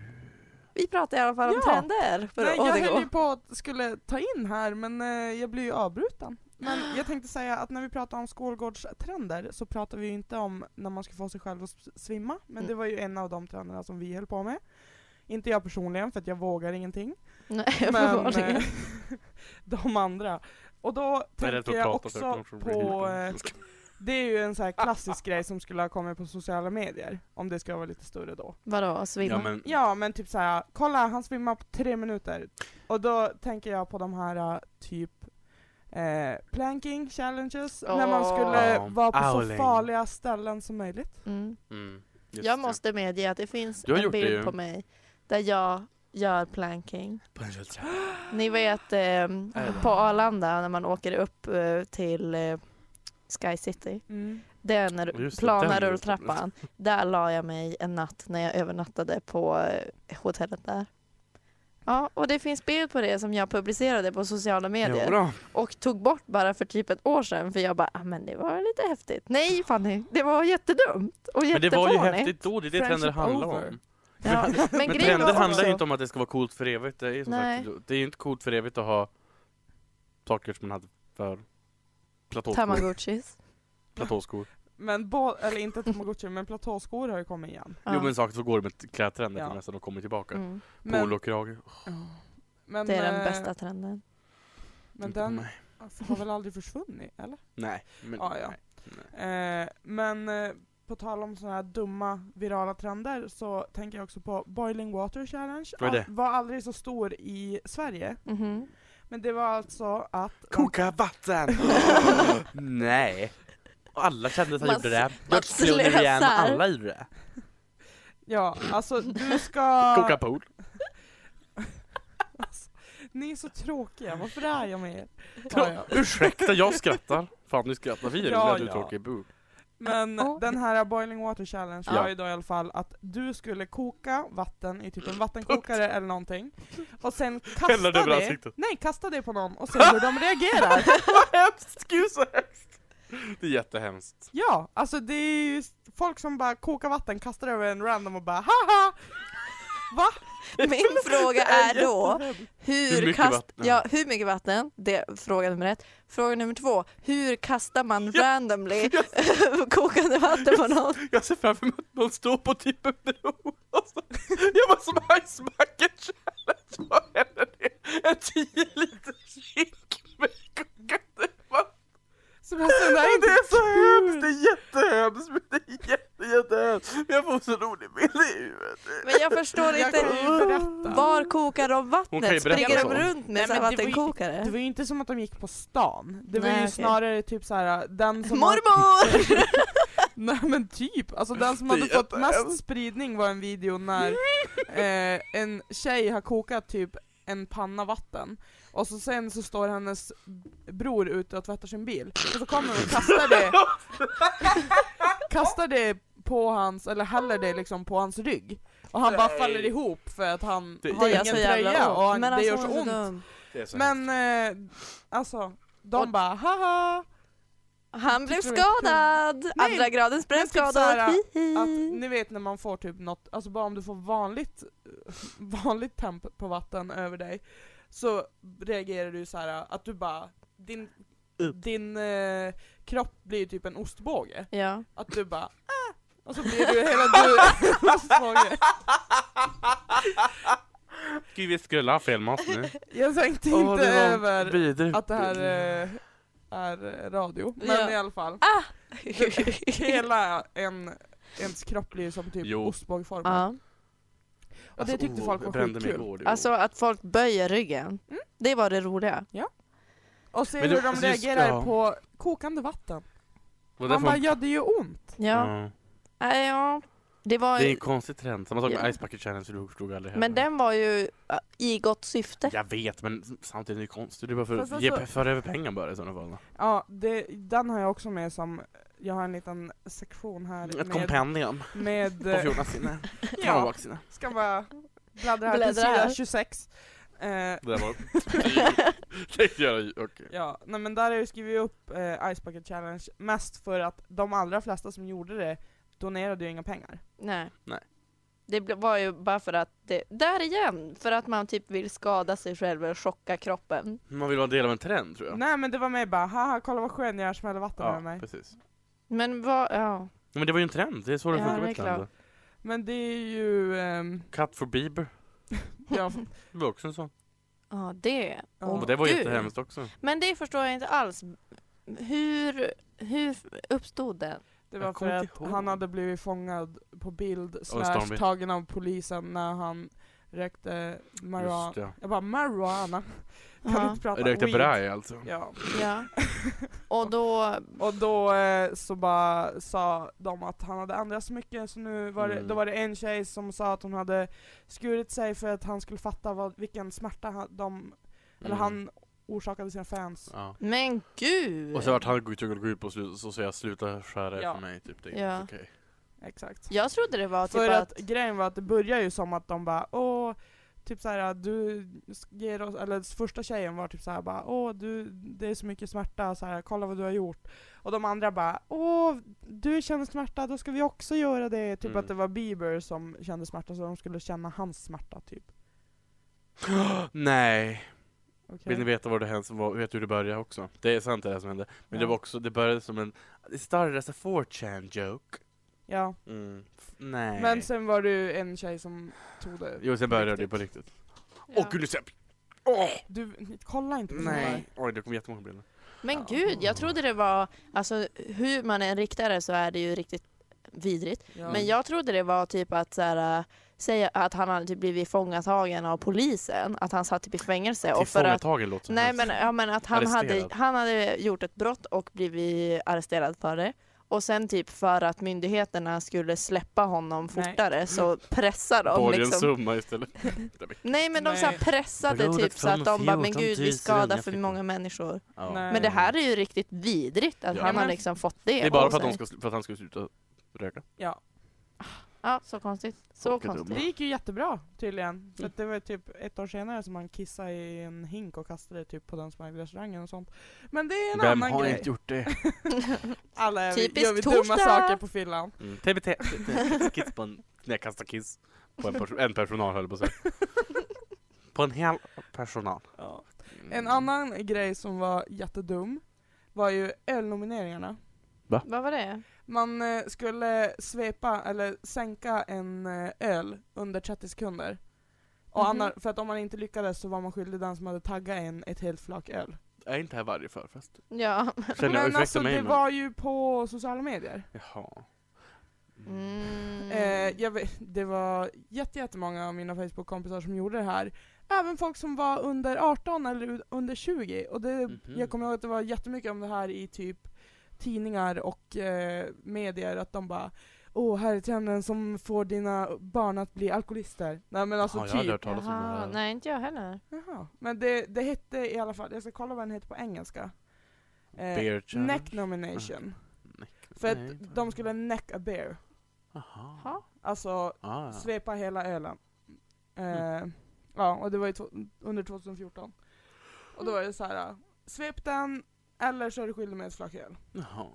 C: Vi pratar i alla fall om
B: Ja.
C: trender för
B: Nej,
C: att
B: jag
C: återgå.
B: höll ju
C: (laughs)
B: på att skulle ta in här men eh, jag blev ju avbruten.
C: (gasps)
B: Men jag tänkte säga att när vi pratar om skolgårdstrender så pratar vi ju inte om när man ska få sig själv att s- svimma, men
C: Mm.
B: det var ju en av de trenderna som vi höll på med. Inte jag personligen för att jag vågar
C: (laughs)
B: ingenting,
C: Nej,
B: men
C: uppenbarligen.
B: eh, (laughs) de andra. Och då
D: Jag är rädd
B: tänker
D: för att
B: jag
D: prata, så jag
B: också
D: kommer bli
B: på,
D: gripen.
B: eh, det är ju en så här klassisk grej som skulle ha kommit på sociala medier, om det ska vara lite större då.
C: Vadå, svimma?
D: Ja men,
B: Ja men typ såhär, kolla han svimmar på tre minuter. Och då tänker jag på de här eh, typ eh, planking challenges, när man
C: Åh.
B: skulle
D: Ja,
B: vara på
D: owling.
B: så farliga ställen som möjligt.
C: Mm.
D: mm, just
C: Jag
D: det.
C: måste medge att det finns
D: Du har
C: en
D: gjort det
C: bild
D: ju.
C: på mig där jag gör planking.
D: På en kylträff.
C: Ni vet ehm,
D: Äh.
C: på Arlanda när man åker upp eh, till eh, Sky City. Den r-
D: Just det,
C: plana
D: den
C: rulltrappan. Där la jag mig en natt när jag övernattade på eh, hotellet där. Ja, och det finns bild på det som jag publicerade på sociala medier
D: Jodå.
C: och tog bort bara för typ ett år sedan för jag bara, ah, men det var lite häftigt. Nej Fanny, det var jättedumt och
D: Men det var ju
C: jättefånigt.
D: häftigt då, det är det
B: Friendship
D: trender handlar
B: over.
D: om.
C: Ja. Men,
D: (laughs) Men
C: grejen
D: trender
C: var
D: handlar
C: också-
D: ju inte om att det ska vara coolt för evigt. Det är ju som
C: Nej.
D: sagt, det är ju inte coolt för evigt att ha saker som man hade för platåskor.
C: Tamagotchis.
D: platåskor.
B: Men bo- eller inte tamagotchi, men platåskor har ju kommit igen.
D: (laughs) Jo men saker som går med klädtrender
B: Ja.
D: ja. nästan och kommer tillbaka.
C: mm.
B: Men,
D: Polokrage.
B: Ja. men,
C: Det är den
B: eh,
C: bästa trenden.
B: Men
D: Inte
B: den
D: mig.
B: alltså, har väl aldrig försvunnit, eller?
D: Nej. Men,
B: Ja, ja.
D: nej, nej.
B: Eh, men eh, på tal om sådana här dumma virala trender så tänker jag också på Boiling Water Challenge.
D: Vad är det?
B: All- var aldrig så stor i Sverige.
C: Mhm.
B: Men det var alltså att...
D: Koka vatten! (laughs) nej. Och alla kändisar
C: Man
D: gjorde det.
C: man
D: George Clooney
C: slösar.
D: igen, alla gjorde det.
B: Ja, alltså du ska...
D: Koka pool.
B: Ni är så tråkiga, varför är
D: (laughs)
B: jag med er? Ja, ja.
D: Ursäkta, jag skrattar. Fan nu skrattar vi.
B: Ja,
D: Ja, du
B: ja.
D: tråkig bok.
B: Men
C: Oh.
B: den här boiling water challenge
D: Ja.
B: var ju då i alla fall att du skulle koka vatten i typ en vattenkokare eller någonting och
D: (laughs)
B: sen kasta
D: Häller det över
B: det,
D: ansiktet.
B: nej, kasta det på någon och se hur
D: (laughs)
B: de reagerar.
D: Hemskt! Gud så hemskt! Det är jättehemskt.
B: Ja, alltså det är ju folk som bara kokar vatten, kastar över en random och bara haha! Va?
C: (laughs) (laughs) Min fråga är då, hur,
D: Hur mycket
C: kast,
D: vatten?
C: Ja, hur mycket vatten? Det är fråga nummer ett. Fråga nummer två, hur kastar man
D: (laughs)
C: randomly (laughs) kokande vatten på någon?
D: Jag ser framför mig att någon står på typ en bro och så gör man som Ice Bucket Challenge och häller ner en 10 liters hink med kokande vatten.
B: Sebastian, det här är
D: (laughs) Det
B: inte
D: är så hemskt, det är jättehemskt, men det är jätte, jättehemskt. Men jag får så rolig bild i huvudet.
C: Men jag förstår
B: Jag
C: inte,
B: kan ju berätta.
C: var kokar de
D: Hon kan ju
C: vattnet? Springer
D: berätta
C: de
D: så.
C: runt med
B: Nej,
C: sina
B: men det var ju- Det
C: vattenkokare?
B: var ju inte som att de gick på stan, det var
C: Nej,
B: ju
C: okej.
B: snarare typ så här den
C: (laughs)
B: som har-
C: Mormor!
B: Nej men typ, alltså den som
D: Det är
B: hade fått
D: jättehemskt.
B: mest spridning var en video
C: (laughs)
B: när eh, en tjej har kokat typ en panna vatten och så sen så står hennes bror ute och tvättar sin bil och så kommer hon och kastar det kastar det på hans, eller häller det liksom på hans rygg och han bara
D: Nej.
B: faller ihop för att han
D: Det-
B: har
D: Det
B: ingen
D: gör
C: så jävla
B: tröja och han,
C: Men
B: det
C: alltså,
B: gör
C: hon
B: så
C: är så
B: ont.
C: dum.
D: Det är så hemskt.
B: Men eh, alltså, de
C: Och-
B: bara haha!
C: Han blev
B: tror jag inte.
C: skadad!
B: Nej,
C: Andra gradens brännskada!
B: såhär,
C: Hihi.
B: att ni vet när man får typ något, alltså bara om du får vanligt, (laughs) vanligt temp på vatten över dig så reagerar du så här att du bara, din,
D: Upp.
B: din eh, kropp blir typ en ostbåge.
C: Ja.
B: Att du bara ah! och så blir du hela du (laughs) en ostbåge.
D: Gud, vi skulle ha fel mat
B: (laughs)
D: nu.
B: Jag tänkte
D: Åh,
B: inte
D: det var
B: över
D: vidrigt.
B: att det här eh, är eh, radio, men
C: Ja. Ah!
B: i alla fall. (laughs) Hela en, ens kropp blir som typ
D: Jo.
B: ostbågformad.
C: ja.
B: Och det tyckte
D: oh,
B: folk var
D: jag brände mig
B: skitkul.
D: igår, det var-
C: Alltså att folk böjer ryggen,
B: Mm.
C: det var det roliga.
B: Och se
D: Men det-
B: hur de
D: alltså, just-
B: reagerar
D: ja.
B: på kokande vatten.
D: Var
B: Man
D: det därför
B: bara,
D: hon-
B: ja det gör ont.
C: Ja.
D: Ja.
C: Nej, ja. Det var
D: Det är
C: ju,
D: en konstig trend. Samma sak med
C: Ja.
D: Ice Bucket Challenge, du förstod aldrig
C: men
D: heller.
C: den var ju äh, i gott syfte.
D: Jag vet, men samtidigt är det konstigt. Det är bara för
B: Fast
D: att ge
B: alltså-
D: för över pengar bara i sådana fall.
B: Ja, det, den har jag också med som, jag har en liten sektion här
D: Ett
B: med,
D: kompendium
B: med
D: (laughs) på
B: eh, (laughs)
D: 14 sinne.
B: ja, ska bara bläddra här till
C: Bläddra här.
B: sida 26. Eh,
D: Det var...
B: (laughs)
D: Tänkte göra... Okej.
B: ja, nej men där har jag skrivit upp eh, Ice Bucket Challenge mest för att de allra flesta som gjorde det donerade ju inga pengar.
C: Nej.
D: Nej.
C: Det bl- var ju bara för att, det, där igen, för att man typ vill skada sig själv och chocka kroppen.
D: Man vill vara en del av en trend tror jag.
B: Nej men det var mer bara, haha kolla vad skön jag är som häller vatten över
D: Ja,
B: mig.
D: precis.
C: Men vad, ja.
D: Men det var ju en trend, det är så det
C: Ja,
D: funkar
C: det
D: med
C: är
D: trender.
B: Men det är ju, ehm,
D: Cut for Bieber, (laughs)
B: ja,
D: det var också en sån.
C: Ja, det.
B: Ja.
C: Åh,
D: Och det var
C: gud.
D: jättehemskt också.
C: Men det förstår jag inte alls. Hur, hur uppstod den?
B: Det
D: Jag
B: var för
D: kommer
B: att
D: inte ihåg.
B: han hade blivit fångad på bild slash
D: stormbild.
B: tagen av polisen när han rökte
D: Just
B: marijuana.
D: det.
B: Jag bara marijuana, kan
C: Ja.
B: inte prata
D: Rökte
B: weed?
D: braj alltså.
B: Ja.
C: Ja. Och då,
B: Och då eh, så bara sa de att han hade ändrat så mycket så nu var det,
D: Mm.
B: då var det en tjej som sa att hon hade skurit sig för att han skulle fatta vad, vilken smärta han, de, eller
D: Mm.
B: han orsakade sina fans.
D: Ja.
C: men gud!
D: Och så vart han tvungen att gå ut på slut, så säger jag sluta skära
B: Ja.
D: för mig. Typ. Det är
C: Ja.
D: inte okej. (gasps)
B: Exakt.
C: Jag trodde det var typ
B: För
C: att,
B: att grejen var att det började ju som att de bara åh, typ såhär du ger oss, eller första tjejen var typ såhär bara åh du, det är så mycket smärta, så här, kolla vad du har gjort. Och de andra bara åh, du känner smärta, då ska vi också göra det. Typ
D: Mm.
B: att det var Bieber som kände smärta, så de skulle känna hans smärta typ.
D: Nej.
B: Okej?
D: Vill ni veta vad det hände, vad, vet du hur det började också? Det är sant det här som hände. Men det
B: Ja.
D: var också, det började som en, det startade som 4chan joke.
B: Ja.
D: Mm. F- Nej.
B: Men sen var det ju en tjej som tog det.
D: jo, sen började det på riktigt.
C: Ja.
D: Åh gud, nu ser jag- Åh!
B: Du, kolla inte på
D: Nej.
B: Nej.
D: Oj, det kom jättemånga bilder.
C: men
B: Ja.
C: gud, jag trodde det var, alltså hur man än riktar det så är det ju riktigt vidrigt.
B: Ja.
C: Men jag trodde det var typ att så här, äh, säga att han hade typ blivit fångatagen av polisen, att han satt typ i fängelse. Och för att,
D: Tillfångatagen låter som
C: nej
D: helst.
C: men, ja, men att han hade,
D: Arresterad.
C: han hade gjort ett brott och blivit arresterad för det. Och sen typ för att myndigheterna skulle släppa honom
B: Nej. Mm.
C: fortare så pressade de
D: Borgen
C: liksom.
D: summa istället.
C: Nej men de så här
B: Nej.
C: pressade
D: Blodet
C: typ så att
D: från
C: de bara, men
D: 14
C: gud
D: 000
C: vi skadar för
D: flickor."
C: många människor.
D: Ja.
B: Nej.
C: Men det här är ju riktigt vidrigt att
D: Ja.
C: han
B: Men-
C: har liksom fått det
D: Det är bara
C: av
D: för att, de
C: sig.
D: ska, sl- för att han ska sluta röka.
B: Ja.
C: Ja, så konstigt. Så
D: Fucking
C: konstigt.
B: Det gick ju jättebra tydligen.
D: Mm.
B: För att det var ju typ ett år senare som han kissade i en hink och kastade det typ på den som ägde restaurangen och sånt. Men det är en annan grej.
D: gjort det?
B: Alla är-
C: Typiskt
B: gör vi dumma
C: torsdag!
B: saker på fyllan.
D: Mm. TBT. (laughs) Kiss på en... Nej, kasta kiss. På en, pers- en personal höll jag på att säga. På en hel personal. Mm.
B: En annan grej som var jättedum var ju ölnomineringarna.
C: (laughs) Vad var det?
B: Man eh, skulle svepa eller sänka en eh, öl under 30 sekunder. Och
C: Mhm.
B: annar, för att om man inte lyckades så var man skyldig den som hade taggat en ett helt flak öl.
D: Är inte här
B: (laughs)
D: varje förfest?
C: Ja.
D: Känner jag,
B: men
D: ursäkta
B: alltså
D: mig
B: det
D: men...
B: var ju på sociala medier.
D: Jaha.
C: Mm.
B: Eh, jag vet, det var jätte- jättemånga av mina Facebook-kompisar som gjorde det här. Även folk som var under 18 eller u- under 20. Och det,
D: Mhm.
B: Jag kommer ihåg att det var jättemycket om det här i typ tidningar och eh, medier, att de bara Åh, här är trenden som får dina barn att bli alkoholister. Nej men alltså
D: ja, jag hade
B: typ.
D: hört talas om det
C: Jaha,
D: här.
C: nej inte jag heller.
B: Jaha. Men det, det hette i alla fall, jag ska kolla vad den heter på engelska. Eh,
D: Beer challenge?
B: neck nomination.
D: Neck.
B: För
D: Nej,
B: att de skulle neck a bear.
D: Jaha.
C: Ha?
B: Alltså
D: Ah, ja.
B: svepa hela ölen.
D: Mm.
B: Eh, ja, och det var ju to- under 2014. Och då var det så här. eh, svep den, eller så är du skyldig med ett flak öl.
D: Jaha.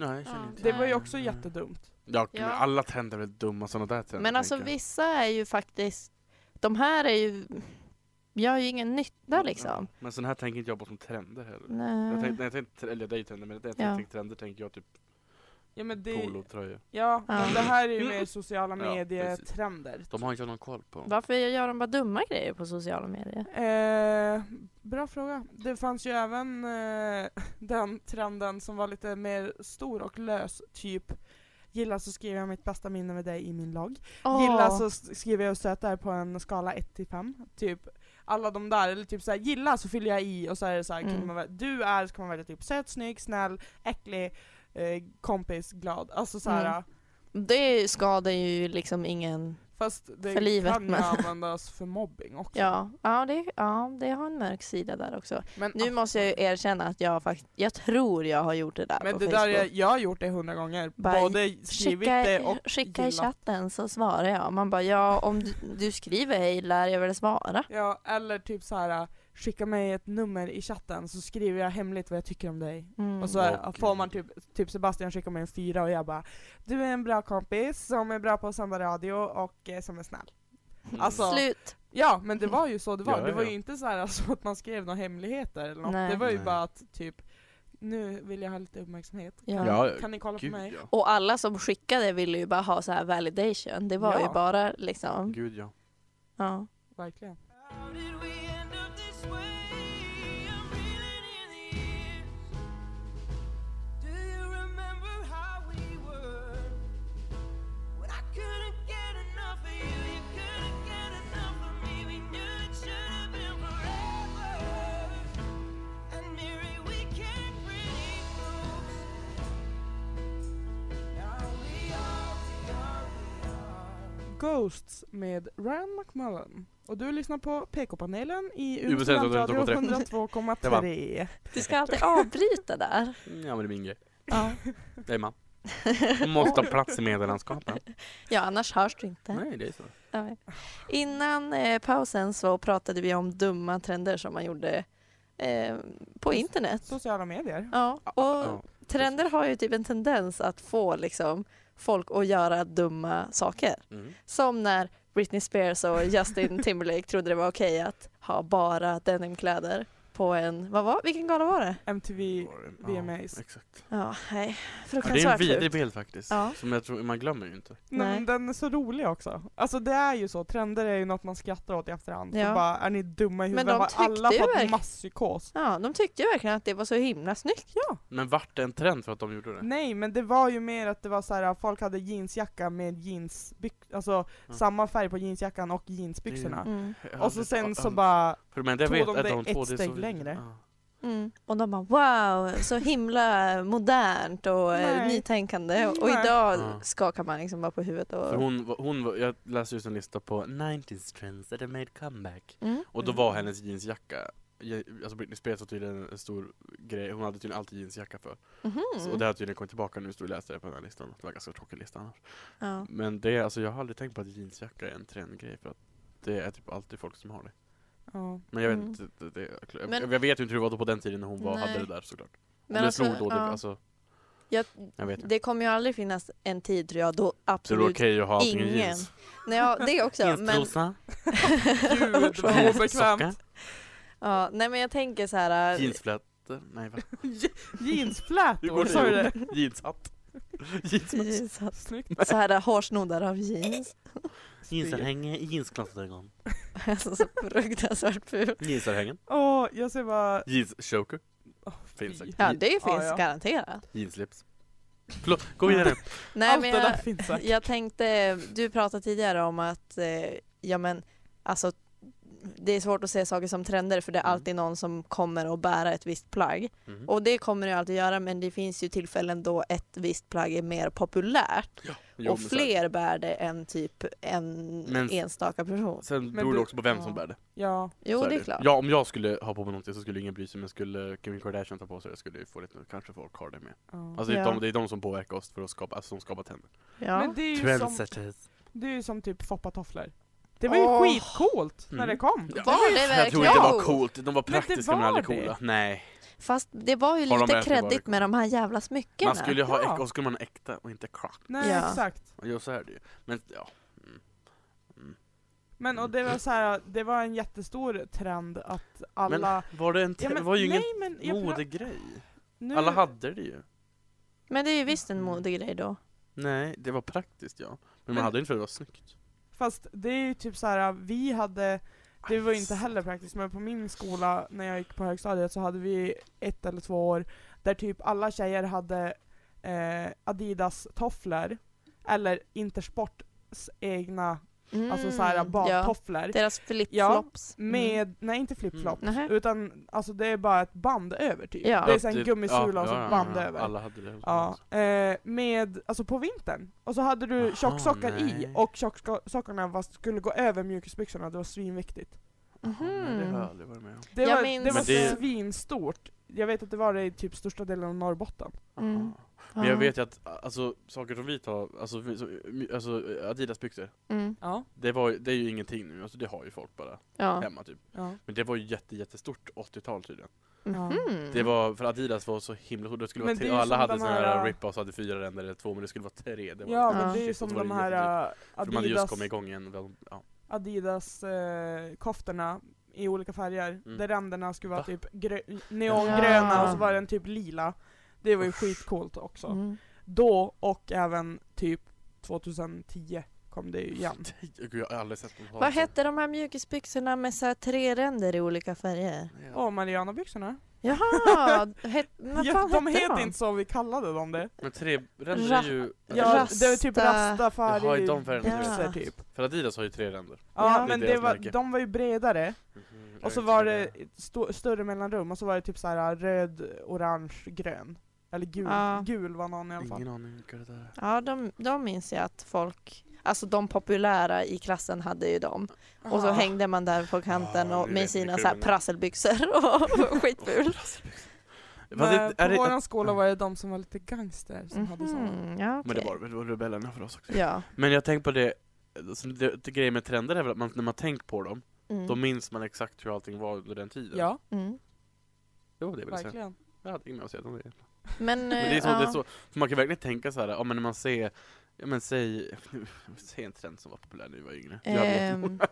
D: Nej, jag känner
C: Ja.
D: inte.
B: Det var ju
C: Nej.
B: också jättedumt.
D: Ja,
C: Ja.
D: Men alla trender är väl dumma sådana där trender.
C: Men alltså
D: tänker jag.
C: vissa är ju faktiskt, de här är ju, gör ju ingen
B: Mm.
C: nytta liksom.
D: Ja. Men sådana här tänker inte jag på som trender heller. Jag
C: Nej.
D: tänkte, nej, jag tänkte, eller det är ju trender, men jag tänkte,
C: Eh. Ja.
D: jag tänkte trender tänker jag typ
B: Ja men det,
D: polotröjor.
B: ja, men det här är ju mer sociala
D: Ja,
B: medietrender.
D: De har inte någon koll på.
C: Varför gör de bara dumma grejer på sociala medier?
B: Eh, bra fråga. Det fanns ju även eh, (laughs) den trenden som var lite mer stor och lös, typ Gillar så skriver jag mitt bästa minne med dig i min logg. Gilla alltså- så s- skriver jag och sötar på en skala 1 till 5. Typ alla de där, eller typ såhär gilla så fyller jag i och så är det såhär,
C: Mm.
B: kan man välja, du är så kan man välja typ söt, snygg, snäll, äcklig, eh, kompis, glad. Alltså såhär,
C: Mm. Det skadar ju liksom ingen,
B: fast det
C: För livet,
B: kan ju
C: men-
B: användas för mobbing också.
C: (laughs) ja, ja, det, ja det har en mörk sida där också.
B: Men, ah,
C: Nu måste jag ju erkänna att jag faktiskt, jag tror jag har gjort det där
B: men
C: på
B: det
C: Facebook.
B: där, jag, jag har gjort det hundra gånger,
C: Bara
B: både skrivit
C: Skicka,
B: det och
C: skicka i
B: gillat.
C: chatten så svarar jag. Man bara ja, om du, du skriver hej lär jag väl svara.
B: Ja, eller typ så här skicka mig ett nummer i chatten så skriver jag hemligt vad jag tycker om dig.
C: Mm.
B: Och så är-
D: Och-
B: får man typ, typ Sebastian skickar mig en fyra och jag bara Du är en bra kompis som är bra på att sända radio och eh, som är snäll.
D: Mm.
B: alltså-
C: Slut.
B: Ja men det var ju så det var,
D: (laughs) Ja,
B: det var
D: ja.
B: ju inte så här alltså, att man skrev några hemligheter eller något.
C: Nej.
B: Det var ju
D: Nej.
B: bara att typ Nu vill jag ha lite uppmärksamhet.
C: Ja.
D: ja,
B: Kan ni kolla
D: gud,
B: på mig?
D: Ja.
C: Och alla som skickade ville ju bara ha så här validation. Det var
B: Ja.
C: ju bara liksom,
D: Gud ja.
C: ja.
B: Verkligen.
E: How did we end up this way? I'm reeling in the years. Do you remember how we were? When I couldn't get enough of you, you couldn't get enough of me. We knew it should have been forever. And Mary, we can't really lose. Now we are, we are, we are.
B: Ghosts med Ryan McMullen. Och du lyssnar på PK-panelen i
D: UB
B: Umeå Radio
D: 102,3. (laughs) Det var-
B: 102,3.
C: Du ska alltid avbryta där.
D: Mm, Ja men det är min grej.
C: Ja,
B: (laughs)
D: Det är man. Måste ha plats i medielandskapen.
C: ja annars hörs du inte.
D: Nej, det är så.
C: Ja. Innan eh, pausen så pratade vi om dumma trender som man gjorde eh, på internet.
B: Sociala medier.
C: Ja,
D: Ja.
C: och trender har ju typ en tendens att få liksom folk att göra dumma saker.
D: Mm.
C: Som när Britney Spears och (laughs) Justin Timberlake trodde det var okej att ha bara denimkläder på en, vad var, vilken gala var det?
B: MTV VMAs.
D: Ja, exakt.
C: Ja, nej,
D: Ja, det är en
C: fruktansvärt
D: vidrig
C: sjukt.
D: bild faktiskt.
C: Ja.
D: Som jag tror, man glömmer ju inte.
B: Nej.
C: Nej.
B: men Den är så rolig också. Alltså det är ju så, trender är ju något man skrattar åt i efterhand. Så
C: Ja.
B: bara, är ni dumma i
C: Men
B: huvudet?
C: de
B: Har alla
C: tyckte ju
B: fått
C: verk-
B: masspsykos?
C: Ja, de tyckte ju verkligen att det var så himla snyggt.
D: Men vart det en trend för att de gjorde det?
B: Nej men det var ju mer att det var så här, folk hade jeansjacka med jeansbyxor, alltså
D: Ja.
B: samma färg på jeansjackan och jeansbyxorna.
D: Mm. Det
C: Mm.
D: Jag
B: Och
D: hade-
B: så sen
D: ja,
B: så bara,
D: För men jag
B: tog
D: vet
B: de
D: att
B: det
D: de
B: ett
D: två, det är så
B: steg
D: vidrigt.
B: längre.
D: Ja.
C: Mm. Och de bara wow, så himla modernt och eh,
B: Nej.
C: nytänkande. Och, och
B: Nej.
C: idag
D: Ja.
C: skakar man liksom bara på huvudet.
D: För
C: Och,
D: hon, var- hon, var- jag läste just en lista på 90s trends that have made comeback.
C: mm.
D: Och då
B: Mm.
D: var hennes jeansjacka, je- alltså Britney Spears var tydligen en stor grej, hon hade tydligen alltid jeansjacka för.
C: Mhm.
D: Så, och det har tydligen kommit tillbaka nu, stod och läste det på den här listan. Det var en ganska tråkig lista annars.
C: ja.
D: Men det, alltså jag har aldrig tänkt på att jeansjacka är en trendgrej för att det är typ alltid folk som har det.
C: (laughs)
B: Ja.
D: Men jag vet
C: Mm.
D: inte, det, det, jag,
C: Men-
D: jag vet ju inte hur det var då på den tiden när hon var, hade
C: Nej.
D: det där såklart. Om
C: Men
D: det
C: alltså,
D: slog då, det,
C: ja.
D: alltså,
C: jag,
D: jag vet inte.
C: det kommer ju aldrig finnas en tid tror jag då
D: Så det är
C: absolut...
D: okej att ha allting i
C: ingen
D: jeans.
C: Nej, ja, det
D: (laughs)
C: också. men,
D: Jeanstrosa,
B: Gud vad
D: jeanssocka,
B: obekvämt.
C: ja, nej men jag tänker så här... äh,
D: jeansflätor, nej va? Hur
B: Jeansflätor,
D: går det
B: sa du det?
D: (laughs) Jeanshatt. Jeansmössa.
C: Jesus.
B: Snyggt.
C: Så här äh, hårsnoddar av jeans. (laughs)
D: Jeansarhänge, jeansglasögon.
C: Alltså så fruktansvärt ful.
D: Jeansarhängen.
B: Åh, jag ser bara...
D: Jeanschoker.
B: åh,
D: Finns
B: fy.
D: säkert.
C: Ja, det finns
B: Ja, ja.
C: garanterat.
D: Jeanslips. Förlåt, gå vidare.
C: Nej,
B: Allt
C: men
B: det
C: jag,
B: där finns
C: (laughs)
B: säkert.
C: jag tänkte, du pratade tidigare om att, eh, ja men alltså det är svårt att se saker som trender för det är
D: Mm.
C: alltid någon som kommer att bära ett visst plagg.
D: Mhm.
C: Och det kommer det ju alltid göra men det finns ju tillfällen då ett visst plagg är mer populärt
D: Jo,
C: och
D: men
C: fler bär det än typ en
D: Men-
C: enstaka person.
D: Sen, sen
B: Men
D: beror det
B: du-
D: också på vem som
C: ja.
D: bär det.
B: Ja.
C: Jo
D: Så
C: det är
D: ju.
C: klart.
D: Ja, om jag skulle ha på mig någonting så skulle ingen bry sig, men skulle Kim Kardashian ta på sig det skulle ju få lite, kanske folk har det med.
B: ja.
D: Alltså det, är
C: Ja.
D: de, det är de som påverkar oss för att skapa, alltså som skapar trender.
C: Ja.
B: Men det är ju som, det är ju som typ foppatofflor. Det var ju
C: Åh.
B: skitcoolt när
D: Mm.
B: det kom.
D: Ja.
C: Var det
D: Jag tror inte det var
C: verkligen?
D: coolt, de var
B: det
D: praktiska men,
B: var
D: aldrig
B: det.
D: coola. Nej.
C: Fast det var ju
D: Har de
C: lite
D: med sig vad det
C: kreddigt med de här jävla smyckena.
D: Man skulle ju ha,
B: Ja.
D: äk- och skulle man ha äkta och inte crack.
B: Nej
C: Ja.
B: exakt.
D: Jo så är det ju. Men ja. Mm. Mm.
B: Men och det var så här, det var en jättestor trend att alla...
D: Men var det en,
B: Ja,
D: te- (laughs) det var ju ingen
B: nej, men jag pra-
D: modegrej.
B: nu-
D: Alla hade det ju.
C: Men det är ju visst en
D: Mm.
C: modegrej då.
D: Nej, det var praktiskt ja. Men, man
B: Men-
D: hade det inte för att det var snyggt.
B: Fast det är ju typ så här, vi hade, det var ju inte heller praktiskt, men på min skola när jag gick på högstadiet så hade vi ett eller två år där typ alla tjejer hade eh, Adidas-tofflor, eller Intersports egna, alltså så här
C: Mm,
B: badtofflor.
C: Deras flipflops. Mm.
B: Med, nej inte
D: Mm.
B: flipflop,
C: Nähä.
B: utan alltså det är bara ett band över typ.
C: Ja.
B: Det är så en
D: det-
B: gummisula
D: ja,
B: och så
D: ja, ja,
B: band
D: ja.
B: över.
D: Alla hade det.
B: Ja, eh, med, alltså på vintern. Och så hade du
D: Aha,
B: tjocksockor i
D: nej.
B: och tjocksockorna var, skulle gå över mjukisbyxorna, det var svinviktigt.
D: Nej, det har jag
C: Mhm.
D: aldrig varit med om.
B: Det
C: Jag
B: var,
C: minns-
B: det var
D: Men det-
B: svinstort. Jag vet att det var det i typ största delen av Norrbotten.
C: Mm.
D: Men jag vet ju att alltså, saker som vi tar, alltså, vi- så- alltså Adidas-byxor,
C: Mm.
B: Ja.
D: det, var, ju- det är ju ingenting nu, alltså, det har ju folk bara
C: Ja.
D: hemma typ.
B: ja.
D: Men det var ju jätte, jättestort 80-tal tydligen.
C: Mhm.
D: Det var, för Adidas var så himla stort, det skulle
B: Men
D: vara
B: det
D: tre,
B: är ju
D: alla
B: som
D: hade
B: de
D: såna här,
B: här-
D: rip-offs, hade fyra ränder eller två, men det skulle vara tre. Det var
B: ja,
D: liksom
B: men det är ju
D: shit,
B: som
D: och så var
B: de
D: det
B: här
D: jättedyrt.
B: eh,
D: För de hade just
B: Adidas,
D: kommit igång igen. väl- Ja.
B: Adidas eh, koftorna i olika färger,
D: Mm.
B: där ränderna skulle vara
D: Va?
B: typ grö- neongröna
C: Ja.
B: och så var den typ lila. Det var ju skitcoolt också.
C: Mm.
B: Då och även typ 2010 kom det ju igen.
D: Gud, (laughs) jag har aldrig sett någon ha
C: Vad
D: en sån.
C: hette de här mjukisbyxorna med så här tre ränder i olika färger?
D: Ja.
B: Och Mariana-byxorna.
C: Jaha! (laughs) Het, vad
B: Ja,
C: fan
B: de
C: hette
B: heter
C: de?
B: inte så vi kallade dem det.
D: Men tre ränder är ju...
B: Ja, det var typ
C: Rasta-
B: rastafari
D: Jaha, i de färgerna.
B: byxor
C: Ja.
B: typ.
D: För Adidas har ju tre ränder.
B: Ja,
C: Ja.
B: men
D: Det är
B: det
D: deras
B: var,
D: märke.
B: de var ju bredare,
D: Mhm, jag
B: och så
D: vet inte
B: var
D: hur
B: det
D: är.
B: sto- större mellanrum, och så var det typ så här röd, orange, grön. Eller gul,
C: Ja.
B: gul var någon i alla fall.
D: Ingen aning vilka det där är.
C: Ja, de, de minns jag att folk, alltså de populära i klassen hade ju dem. Och så
B: Aha.
C: hängde man där på kanten
D: Ja,
C: och
D: nu
C: med
D: vet vi
C: sina
D: hur
C: så här
D: det är.
C: prasselbyxor och (laughs)
D: (laughs)
C: skitful.
D: Men,
B: Men
D: det, är
B: på
D: det,
B: våran skola var det de som var lite gangster som hade sådana.
C: Mhm, ja,
D: men det
C: okej.
D: var väl det var rebellerna för oss också.
C: Ja.
D: Men jag tänker på det, alltså, det, det grejen med trender är väl att man, när man tänker på dem,
C: Mm.
D: då minns man exakt hur allting var under den tiden.
B: Ja,
C: Mm.
D: Jo, det vill jag säga.
B: verkligen.
D: Jag hade inget mer att säga om det.
C: Men,
D: Men det är så,
C: eh,
D: det är
C: ja.
D: så för man kan verkligen tänka så här, ja men när man ser, ja men säg, (laughs) säg en trend som var populär när vi var yngre. Jag hade jättemånga.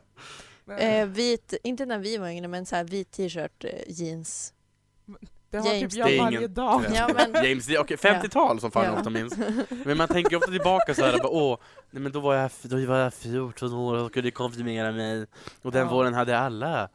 C: Ehm, eh, vit, inte när vi var yngre, men så här vit t-shirt, eh, jeans.
B: det har typ
C: James,
B: jag
D: det är
B: varje
D: ingen
B: dag.
D: trend.
C: Ja,
D: (laughs)
C: men-
D: James Dean, okej 50-tal som fan jag
C: Ja.
D: ofta minns. Men man tänker ju ofta tillbaka så här, bara, åh, nej men då var, jag, då var jag 14 år och skulle konfirmera mig. Och den
B: Ja.
D: våren hade alla.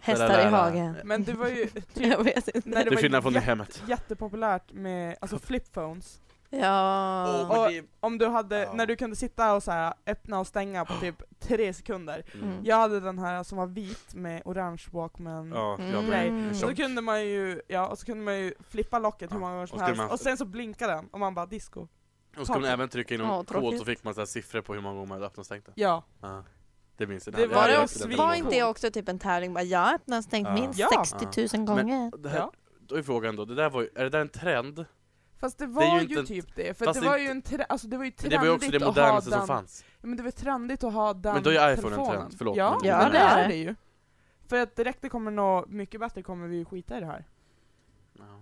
C: Hästar i hagen.
B: Men det var ju typ
C: (laughs) Jag vet inte.
B: när det,
D: Det är
B: var
D: skillnad från
B: jätte-
D: hemmet.
B: jättepopulärt med alltså flipphones.
C: Ja.
D: Åh, men det-
B: Om du hade,
D: Ja.
B: när du kunde sitta och så här, öppna och stänga
D: (gasps)
B: på typ tre sekunder.
C: Mm.
B: Jag hade den här som var vit med orange Walkman.
D: Ja,
C: Mm.
D: jag
B: Nej.
D: med.
B: Så
D: Tjock.
B: kunde man ju, ja, och så kunde man ju flippa locket hur
D: Ja.
B: många gånger som
D: Och skulle
B: helst,
D: man-
B: och sen så blinkade den, och man bara disco.
D: Och så kunde man även trycka in
C: Ja,
D: någon kod
C: tråkigt.
D: så fick man så här siffror på hur många gånger man hade öppnat och stängt den.
B: Ja.
D: Ja. Det minns jag.
B: Det
D: Nej,
B: var
D: hade
B: det
D: jag
B: också
D: inte den
C: Var
B: vi-
D: gången.
C: inte det också typ en tävling? Bara, jag har öppnat och stängt
D: Ja.
C: minst
B: Ja.
C: 60 000
D: Men-
C: gånger.
D: Det här,
B: Ja.
D: Då är frågan då, det där var ju, är det där en trend?
B: Fast det
D: är ju
B: var ju,
D: inte en-
B: typ det, för
D: fast
B: det
D: det är
B: var
D: inte-
B: ju en tre... alltså det var ju
D: Men
B: trendigt
D: det var ju också det
B: att ha
D: modernaste
B: den...
D: som fanns.
B: Ja, Men det var trendigt att ha den
D: Men då är iPhone en
B: telefonen.
D: trend, förlåt,
B: Ja,
D: men-
B: ja
C: men-
B: det är det ju. För att direkt det kommer något mycket bättre kommer vi ju skita i det här,
D: Ja.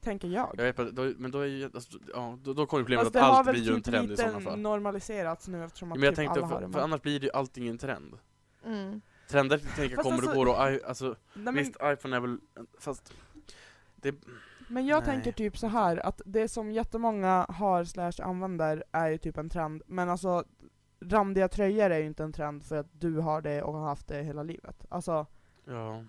B: tänker jag.
D: Jag vet, bara, då, men då är ju, alltså, ja, då, då kommer ju problemet
B: Fast
D: att
B: det har
D: allt
B: väl
D: blir ju en
B: typ
D: trend i
B: lite
D: sådana fall.
B: normaliserats nu eftersom
D: Ja,
B: att
D: Men jag
B: typ alla
D: tänkte,
B: har det.
D: för, för annars blir det ju allting en trend.
C: Mm.
D: Trender tänker jag
B: Fast
D: kommer
B: alltså-
D: och går och I, alltså,
B: Nej, men,
D: visst iPhone är väl, fast det,
B: men jag
D: Nej.
B: tänker typ så här att det som jättemånga har slash använder är ju typ en trend, men alltså randiga tröjor är ju inte en trend för att du har det och har haft det hela livet. Alltså,
D: ja,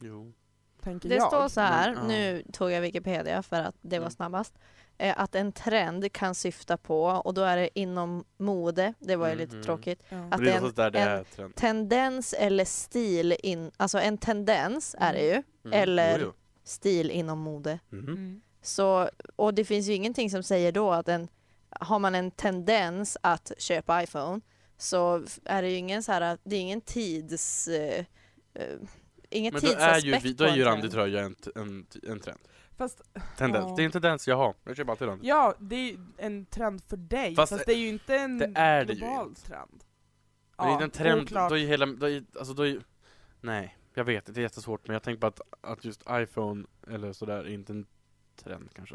D: jo.
B: tänker
C: Det
B: jag.
C: står så här,
D: men, ja.
C: nu tog jag Wikipedia för att det var
D: Mm.
C: snabbast, eh, att en trend kan syfta på, och då är det inom mode, det var ju
D: Mhm.
C: lite tråkigt,
B: Ja.
C: Att
D: det
C: det
D: är
C: är
D: något där det
C: en-
D: är trend.
C: tendens eller stil, in, alltså en tendens är det ju,
D: Mm.
C: eller-
D: Jo,
C: stil inom mode.
D: jo. Mm.
B: Mm.
C: Så, och det finns ju ingenting som säger då att en, har man en tendens att köpa iPhone så f- är det ju ingen så här, det är ingen tids... Eh, eh, ingen
D: Men då är
C: tidsaspekt
D: ju, vi- då
C: på
D: är ju
C: en trend.
D: randig tröja en, t- en, t- en trend.
B: Fast
D: Tendens.
B: Ja.
D: Det är en tendens jag har. Jag köper alltid randig.
B: Ja, det är ju en trend för dig,
D: Fast
B: fast, det är ju inte en
D: det är det ju
B: global
D: inte.
B: trend.
D: Men är det en trend,
B: oklart.
D: då är ju hela, då är, alltså då är nej, jag vet, det är jättesvårt men jag tänker på att, att just iPhone eller sådär är inte en trend kanske.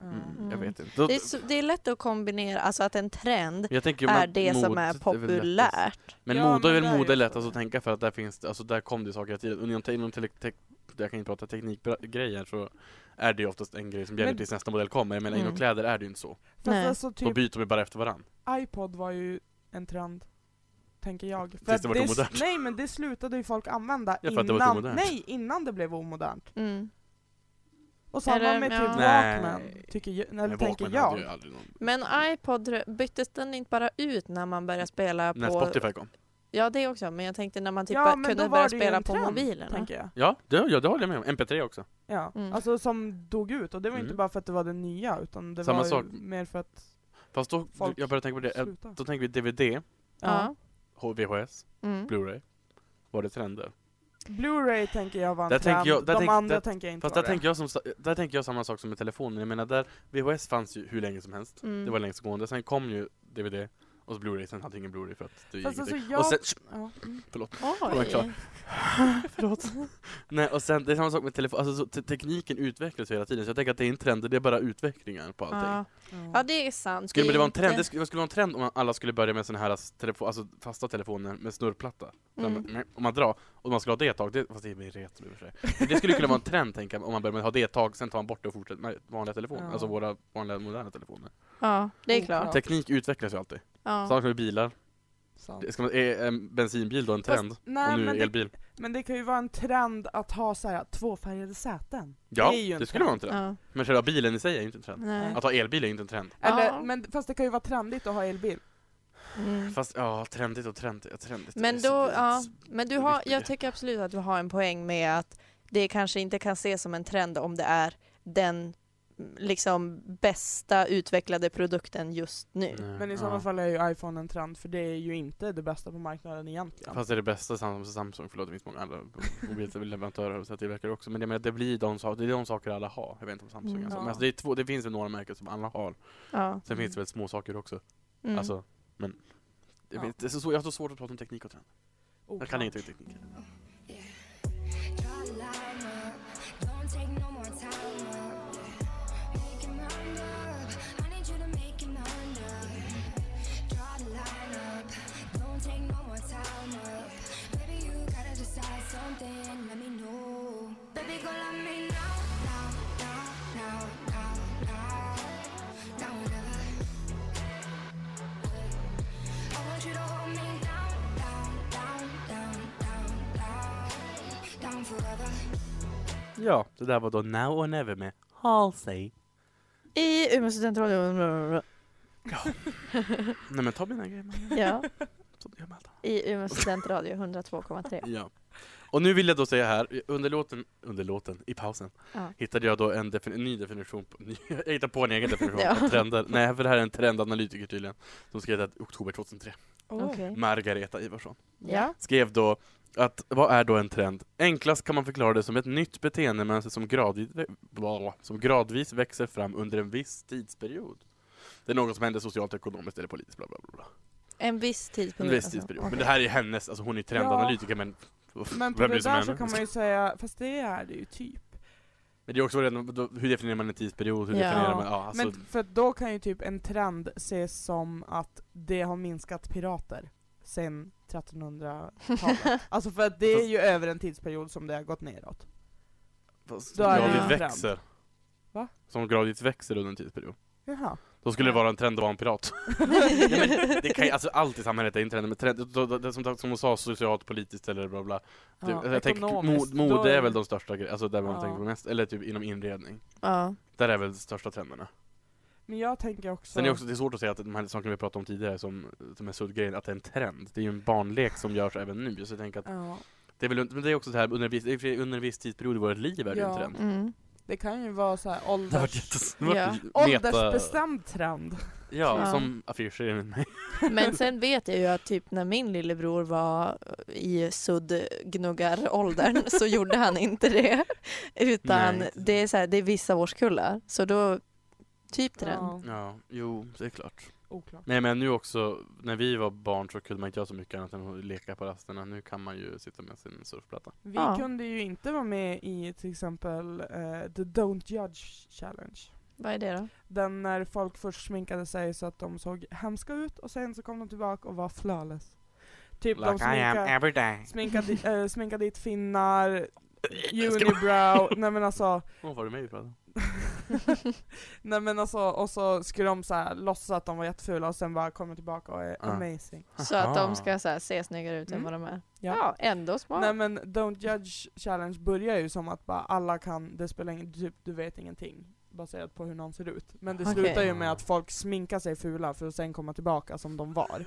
D: Mm,
B: Mm.
D: Jag
C: Mm.
D: vet inte. Då,
C: Det är, så, det är lätt att kombinera, alltså att en trend
D: jag tänker, ju
C: är
D: att
C: det som
D: mode
C: är
D: väl lättast.
C: populärt.
D: Men
B: Ja,
D: mode är
B: men
D: väl
B: det är
D: mode
B: ju
D: lätt
B: så.
D: alltså, att tänka för att där finns det, alltså där kom det saker hela tiden. Och Inom, te- inom tele, te, jag kan inte prata teknikgrejer så är det ju oftast en grej som gäller
B: Men-
D: tills nästa modell kommer. Jag menar inom
C: Mm.
D: kläder är det ju inte så.
B: Fast
C: Nej.
B: alltså
D: Då
B: typ,
D: byter vi bara efter varann.
B: iPod var ju en trend, tänker jag. För
D: Tills det
B: att
D: vart omodernt.
B: Nej men det slutade ju folk använda
D: Ja, för att det vart
B: innan,
D: omodernt.
B: nej, innan det blev omodernt.
C: Mm.
B: Och samma
C: Eller,
B: med typ
C: ja.
D: Nej.
B: Walkman, tycker jag, eller
D: Men
B: tänker
D: Walkman hade
B: jag.
D: ju aldrig någon.
C: Men iPod, rö- byttes den inte bara ut när man började spela
D: När
C: på...
D: Spotify kom.
C: Ja, det också, men jag tänkte när man typ
B: Ja,
C: bara
B: men
C: kunde
B: då
C: börja
B: var det ju
C: spela
B: en
C: på
B: trend,
C: mobilerna.
B: Tänker jag.
D: Ja, det, ja, det håller jag med om. MP3 också.
B: Ja.
C: Mm.
B: Alltså som dog ut, och det var
D: Mm.
B: inte bara för att det var det nya, utan det
D: Samma
B: var ju
D: sak.
B: mer för att
D: Fast då,
B: Folk
D: jag började tänka på det. Eh,
B: sluta.
D: Då tänker vi DVD,
C: Ja.
D: H- VHS,
C: Mm.
D: Blu-ray. Var det trender?
B: Blu-ray tänker jag var en
D: Där tänker
B: trend,
D: jag- där
B: de
D: tänk-
B: andra
D: där-
B: tänker jag inte
D: Fast
B: var
D: där
B: det.
D: tänker, jag som, sa- där tänker jag samma sak som med telefonen. Jag menar där, VHS fanns ju hur länge som helst.
C: Mm.
D: Det var längst gående. Sen kom ju DVD och så Blu-ray. Sen hade jag ingen Blu-ray för att det gick
B: Fast alltså
D: ingenting.
B: jag...
D: Och sen,
B: ja. mm.
D: det var
C: Oj.
D: klart. Förlåt. Nej, och sen det är samma sak med telefon. Alltså, så te- tekniken utvecklas ju hela tiden. Så jag tänker att det är inte trender, det är bara utvecklingar på allting.
C: Ja. ja,
B: Ja.
C: det är sant.
D: Skulle det
C: är
D: vara en trend?
C: inte-
D: Det skulle, vad skulle vara en trend om alla skulle börja med såna här s- telefo- alltså, fasta telefoner med snurrplatta.
C: Mm.
D: Mm. Om man drar, och man skulle ha det ett tag, det, fast det blir retro i och för sig. Men det skulle kunna vara en trend tänker jag, om man börjar med att ha det ett tag, sen tar man bort det och fortsätter med vanliga telefoner.
B: Ja.
D: Alltså våra vanliga moderna telefoner.
C: Ja, det är klart.
B: Oklart. Ja.
D: Teknik utvecklas ju alltid.
C: Mm. Ja.
D: Samma sak med bilar.
B: Sant.
D: Det- Ska man, är en bensinbil då en trend?
B: nej,
D: och nu är
B: men
D: det
B: det-
D: elbil.
B: Men det kan ju vara en trend att ha så här tvåfärgade säten.
D: Ja,
B: det är ju
D: det,
B: en
D: skulle
B: trend.
D: vara en trend.
C: Ja.
D: Men själva bilen i sig är ju inte en trend.
C: Nej.
D: Att ha elbil är ju inte en trend.
B: Eller,
C: Ja.
B: men, fast det kan ju vara trendigt att ha elbil.
C: Mm.
D: Fast ja, trendigt och trendigt. Ja, trendigt.
C: Men,
D: Det är så
C: då,
D: vitt.
C: ja, men du
D: det
C: har,
D: viktiga.
C: jag tycker absolut att du har en poäng med att det kanske inte kan ses som en trend om det är den mm, liksom bästa utvecklade produkten just nu.
D: Nej,
B: Men i
D: ja.
B: sådana fall är ju iPhone en trend, för det är ju inte det bästa på marknaden egentligen.
D: Fast det är det bästa Samsung, Samsung förlåt det finns många andra mobilleverantörer och så här tillverkare också men jag menar det blir de, sa- det är de saker alla har. Jag vet inte om Samsung
C: Mm.
D: alltså. Men
B: Ja.
D: alltså, det, är två, det finns väl några märken som alla har.
C: Ja.
D: Sen
B: Mm.
D: finns det väl små saker också.
C: Mm.
D: Alltså, men jag,
B: Ja.
D: vet, det är så, svårt- jag har så svårt att prata om teknik och trend. Jag kan ingenting om teknik.
F: Draw a line up. Don't take no more time up. Make your mind up. I need you to make your mind up. Draw the line up. Don't take no more time up. Baby, you gotta decide something. Let me know. Baby, go love me now, now, now, now, now, now, now or never. I want you to hold me down, down, down, down, down, down, down forever.
D: Ja, det där var då Now or Never med Halsey.
C: I Umeå studentradio... (laughs)
D: Nej men ta mina grejer man.
C: Ja,
D: Så gör man allt annat.
C: i Umeå studentradio 102,3.
D: Ja. Och nu vill jag då säga här, under låten, under låten, i pausen,
C: Ja.
D: hittade jag då en, defin- en ny definition, på, (laughs) ny, jag hittade på en egen definition
C: Ja.
D: av trender. Nej, för det här är en trendanalytiker tydligen, som skrev det här i oktober 2003.
B: Åh.
C: Okej.
D: Mm. Margareta Ivarsson.
C: Ja.
D: skrev då att vad är då en trend? Enklast kan man förklara det som ett nytt beteendemönster som gradvis, som gradvis växer fram under en viss tidsperiod. Det är något som händer socialt, ekonomiskt eller politiskt. Bla bla bla. bla.
C: En viss
D: En
C: tidsperiod.
B: Mm.
D: viss
C: alltså.
D: tidsperiod.
C: (laughs)
D: Men det här är hennes, alltså hon är trendanalytiker men uff,
B: Men på det
D: vem bryr sig
B: där
D: om
B: så
D: henne?
B: kan man ju säga, fast det är det ju typ.
D: Men det är också redan, då- hur definierar man en tidsperiod? Hur
C: Ja.
D: definierar man, ja, alltså,
B: Men för att då kan ju typ en trend ses som att det har minskat pirater sen
C: (laughs)
B: 1300-talet. alltså för att det är ju över en tidsperiod som det har gått neråt.
D: fast
B: då är
C: det
D: gradvis
B: en trend.
D: växer.
B: Va?
D: Som gradvis växer under en tidsperiod.
B: Jaha.
D: Då skulle det vara en trend att vara
B: (laughs)
D: en pirat. Nej, men det kan ju, alltså allt i samhället är inte trend, men trend, då- då- det, som, som hon sa, socialt, politiskt eller bla bla. Det,
B: Ja,
D: jag tänker,
B: ekonomiskt,
D: mod, mode
B: då
D: är väl de största grejerna, alltså där man
B: Ja.
D: tänker på mest, eller typ inom inredning.
C: Ja.
D: Där är väl de största trenderna.
B: Men jag tänker också...
D: Sen är det också, det är svårt att säga att de här sakerna vi pratade om tidigare som, som är suddgrejen, att det är en trend. Det är ju en barnlek som görs även nu, så jag tänker att
B: Ja.
D: det är väl, men det är också det här, under en viss, det är ju under en viss tidsperiod i vårt liv är det ju en
B: Ja.
D: trend.
C: Mm.
B: Det kan ju vara så här
D: Det har varit
B: ålders...
D: jättes- det har varit meta-
B: åldersbestämd trend.
D: Ja,
C: Ja.
D: som affischer enligt mig.
C: Men sen vet jag ju att typ när min lillebror var i suddgnuggaråldern så gjorde han inte det. Utan
D: Nej, inte
C: det, är så här, det är vissa årskullar. Så då, typ trend.
B: Ja,
D: Ja, jo, det är klart.
B: oklart.
D: Nej men nu också, när vi var barn så kunde man inte göra så mycket annat än att leka på rasterna. Nu kan man ju sitta med sin surfplatta.
B: Vi
C: Ja.
B: kunde ju inte vara med i till exempel eh, The Don't Judge Challenge.
C: Vad är det då?
B: Den när folk först sminkade sig så att de såg hemska ut och sen så kom de tillbaka och var flawless. Typ de sminkade,
D: every day.
B: sminkade, äh, sminkade dit
D: (laughs)
B: finnar, unibrow, nej men alltså,
D: Åh, var du med i pratet?
B: nej men alltså och så skulle de så här låtsas att de var jättefula och sen bara komma tillbaka och är
D: Ja.
B: amazing.
C: Så att
D: Aha.
C: de ska så här, se snyggare ut än
B: Mm.
C: vad de är.
B: Ja.
C: Ja, ändå smart.
B: Nej men Don't Judge Challenge börjar ju som att bara alla kan, det spelar ingen, typ du vet ingenting baserat på hur någon ser ut. Men det
C: Okej.
B: slutar ju med att folk sminkar sig fula för att sen komma tillbaka som de
C: (laughs)
B: var.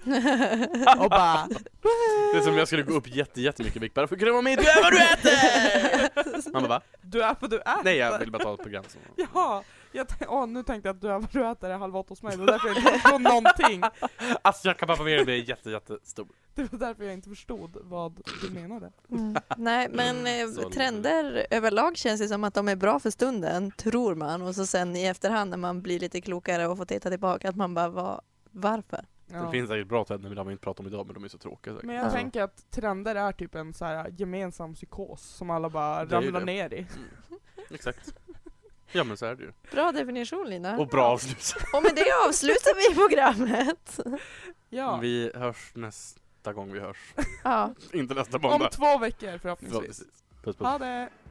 B: Och bara
D: Det är som om jag skulle gå upp jätte, jättemycket i vikt bara för att kunna vara med i Du är vad du
B: (laughs)
D: äter! Man bara va?
B: Du är på du äter!
D: Nej jag vill bara ta ett program som...
B: Ja, jag tän- åh, nu tänkte jag att du är vad du äter är halv åtta hos mig, det var därför jag inte förstod någonting.
D: Alltså jag kan bara med det är jätte, jättestor.
B: Det var därför jag inte förstod vad du menade.
C: Mm. Nej, men
D: Så
C: eh, trender överlag känns det som att de är bra för stunden, tror man. Och så sen i efterhand när man blir lite klokare och får titta tillbaka, att man bara, "Va- varför?
D: Det
B: Ja.
D: finns säkert bra trender, men det har vi inte pratat om idag, men de är så tråkiga säkert.
B: Men jag
C: Ja.
B: tänker att trender är typ en så här gemensam psykos som alla bara
D: Det är ju
B: ramlar
D: det.
B: ner i.
D: Exakt. Ja men så är det ju.
C: Bra definition Lina.
D: Och bra avslut.
C: Och med det avslutar vi programmet.
B: Ja,
D: Vi hörs nästa gång vi hörs. (laughs)
C: Ja.
D: Inte nästa måndag.
B: om två veckor förhoppningsvis.
D: Förhoppningsvis. Puss puss.
B: Ha det!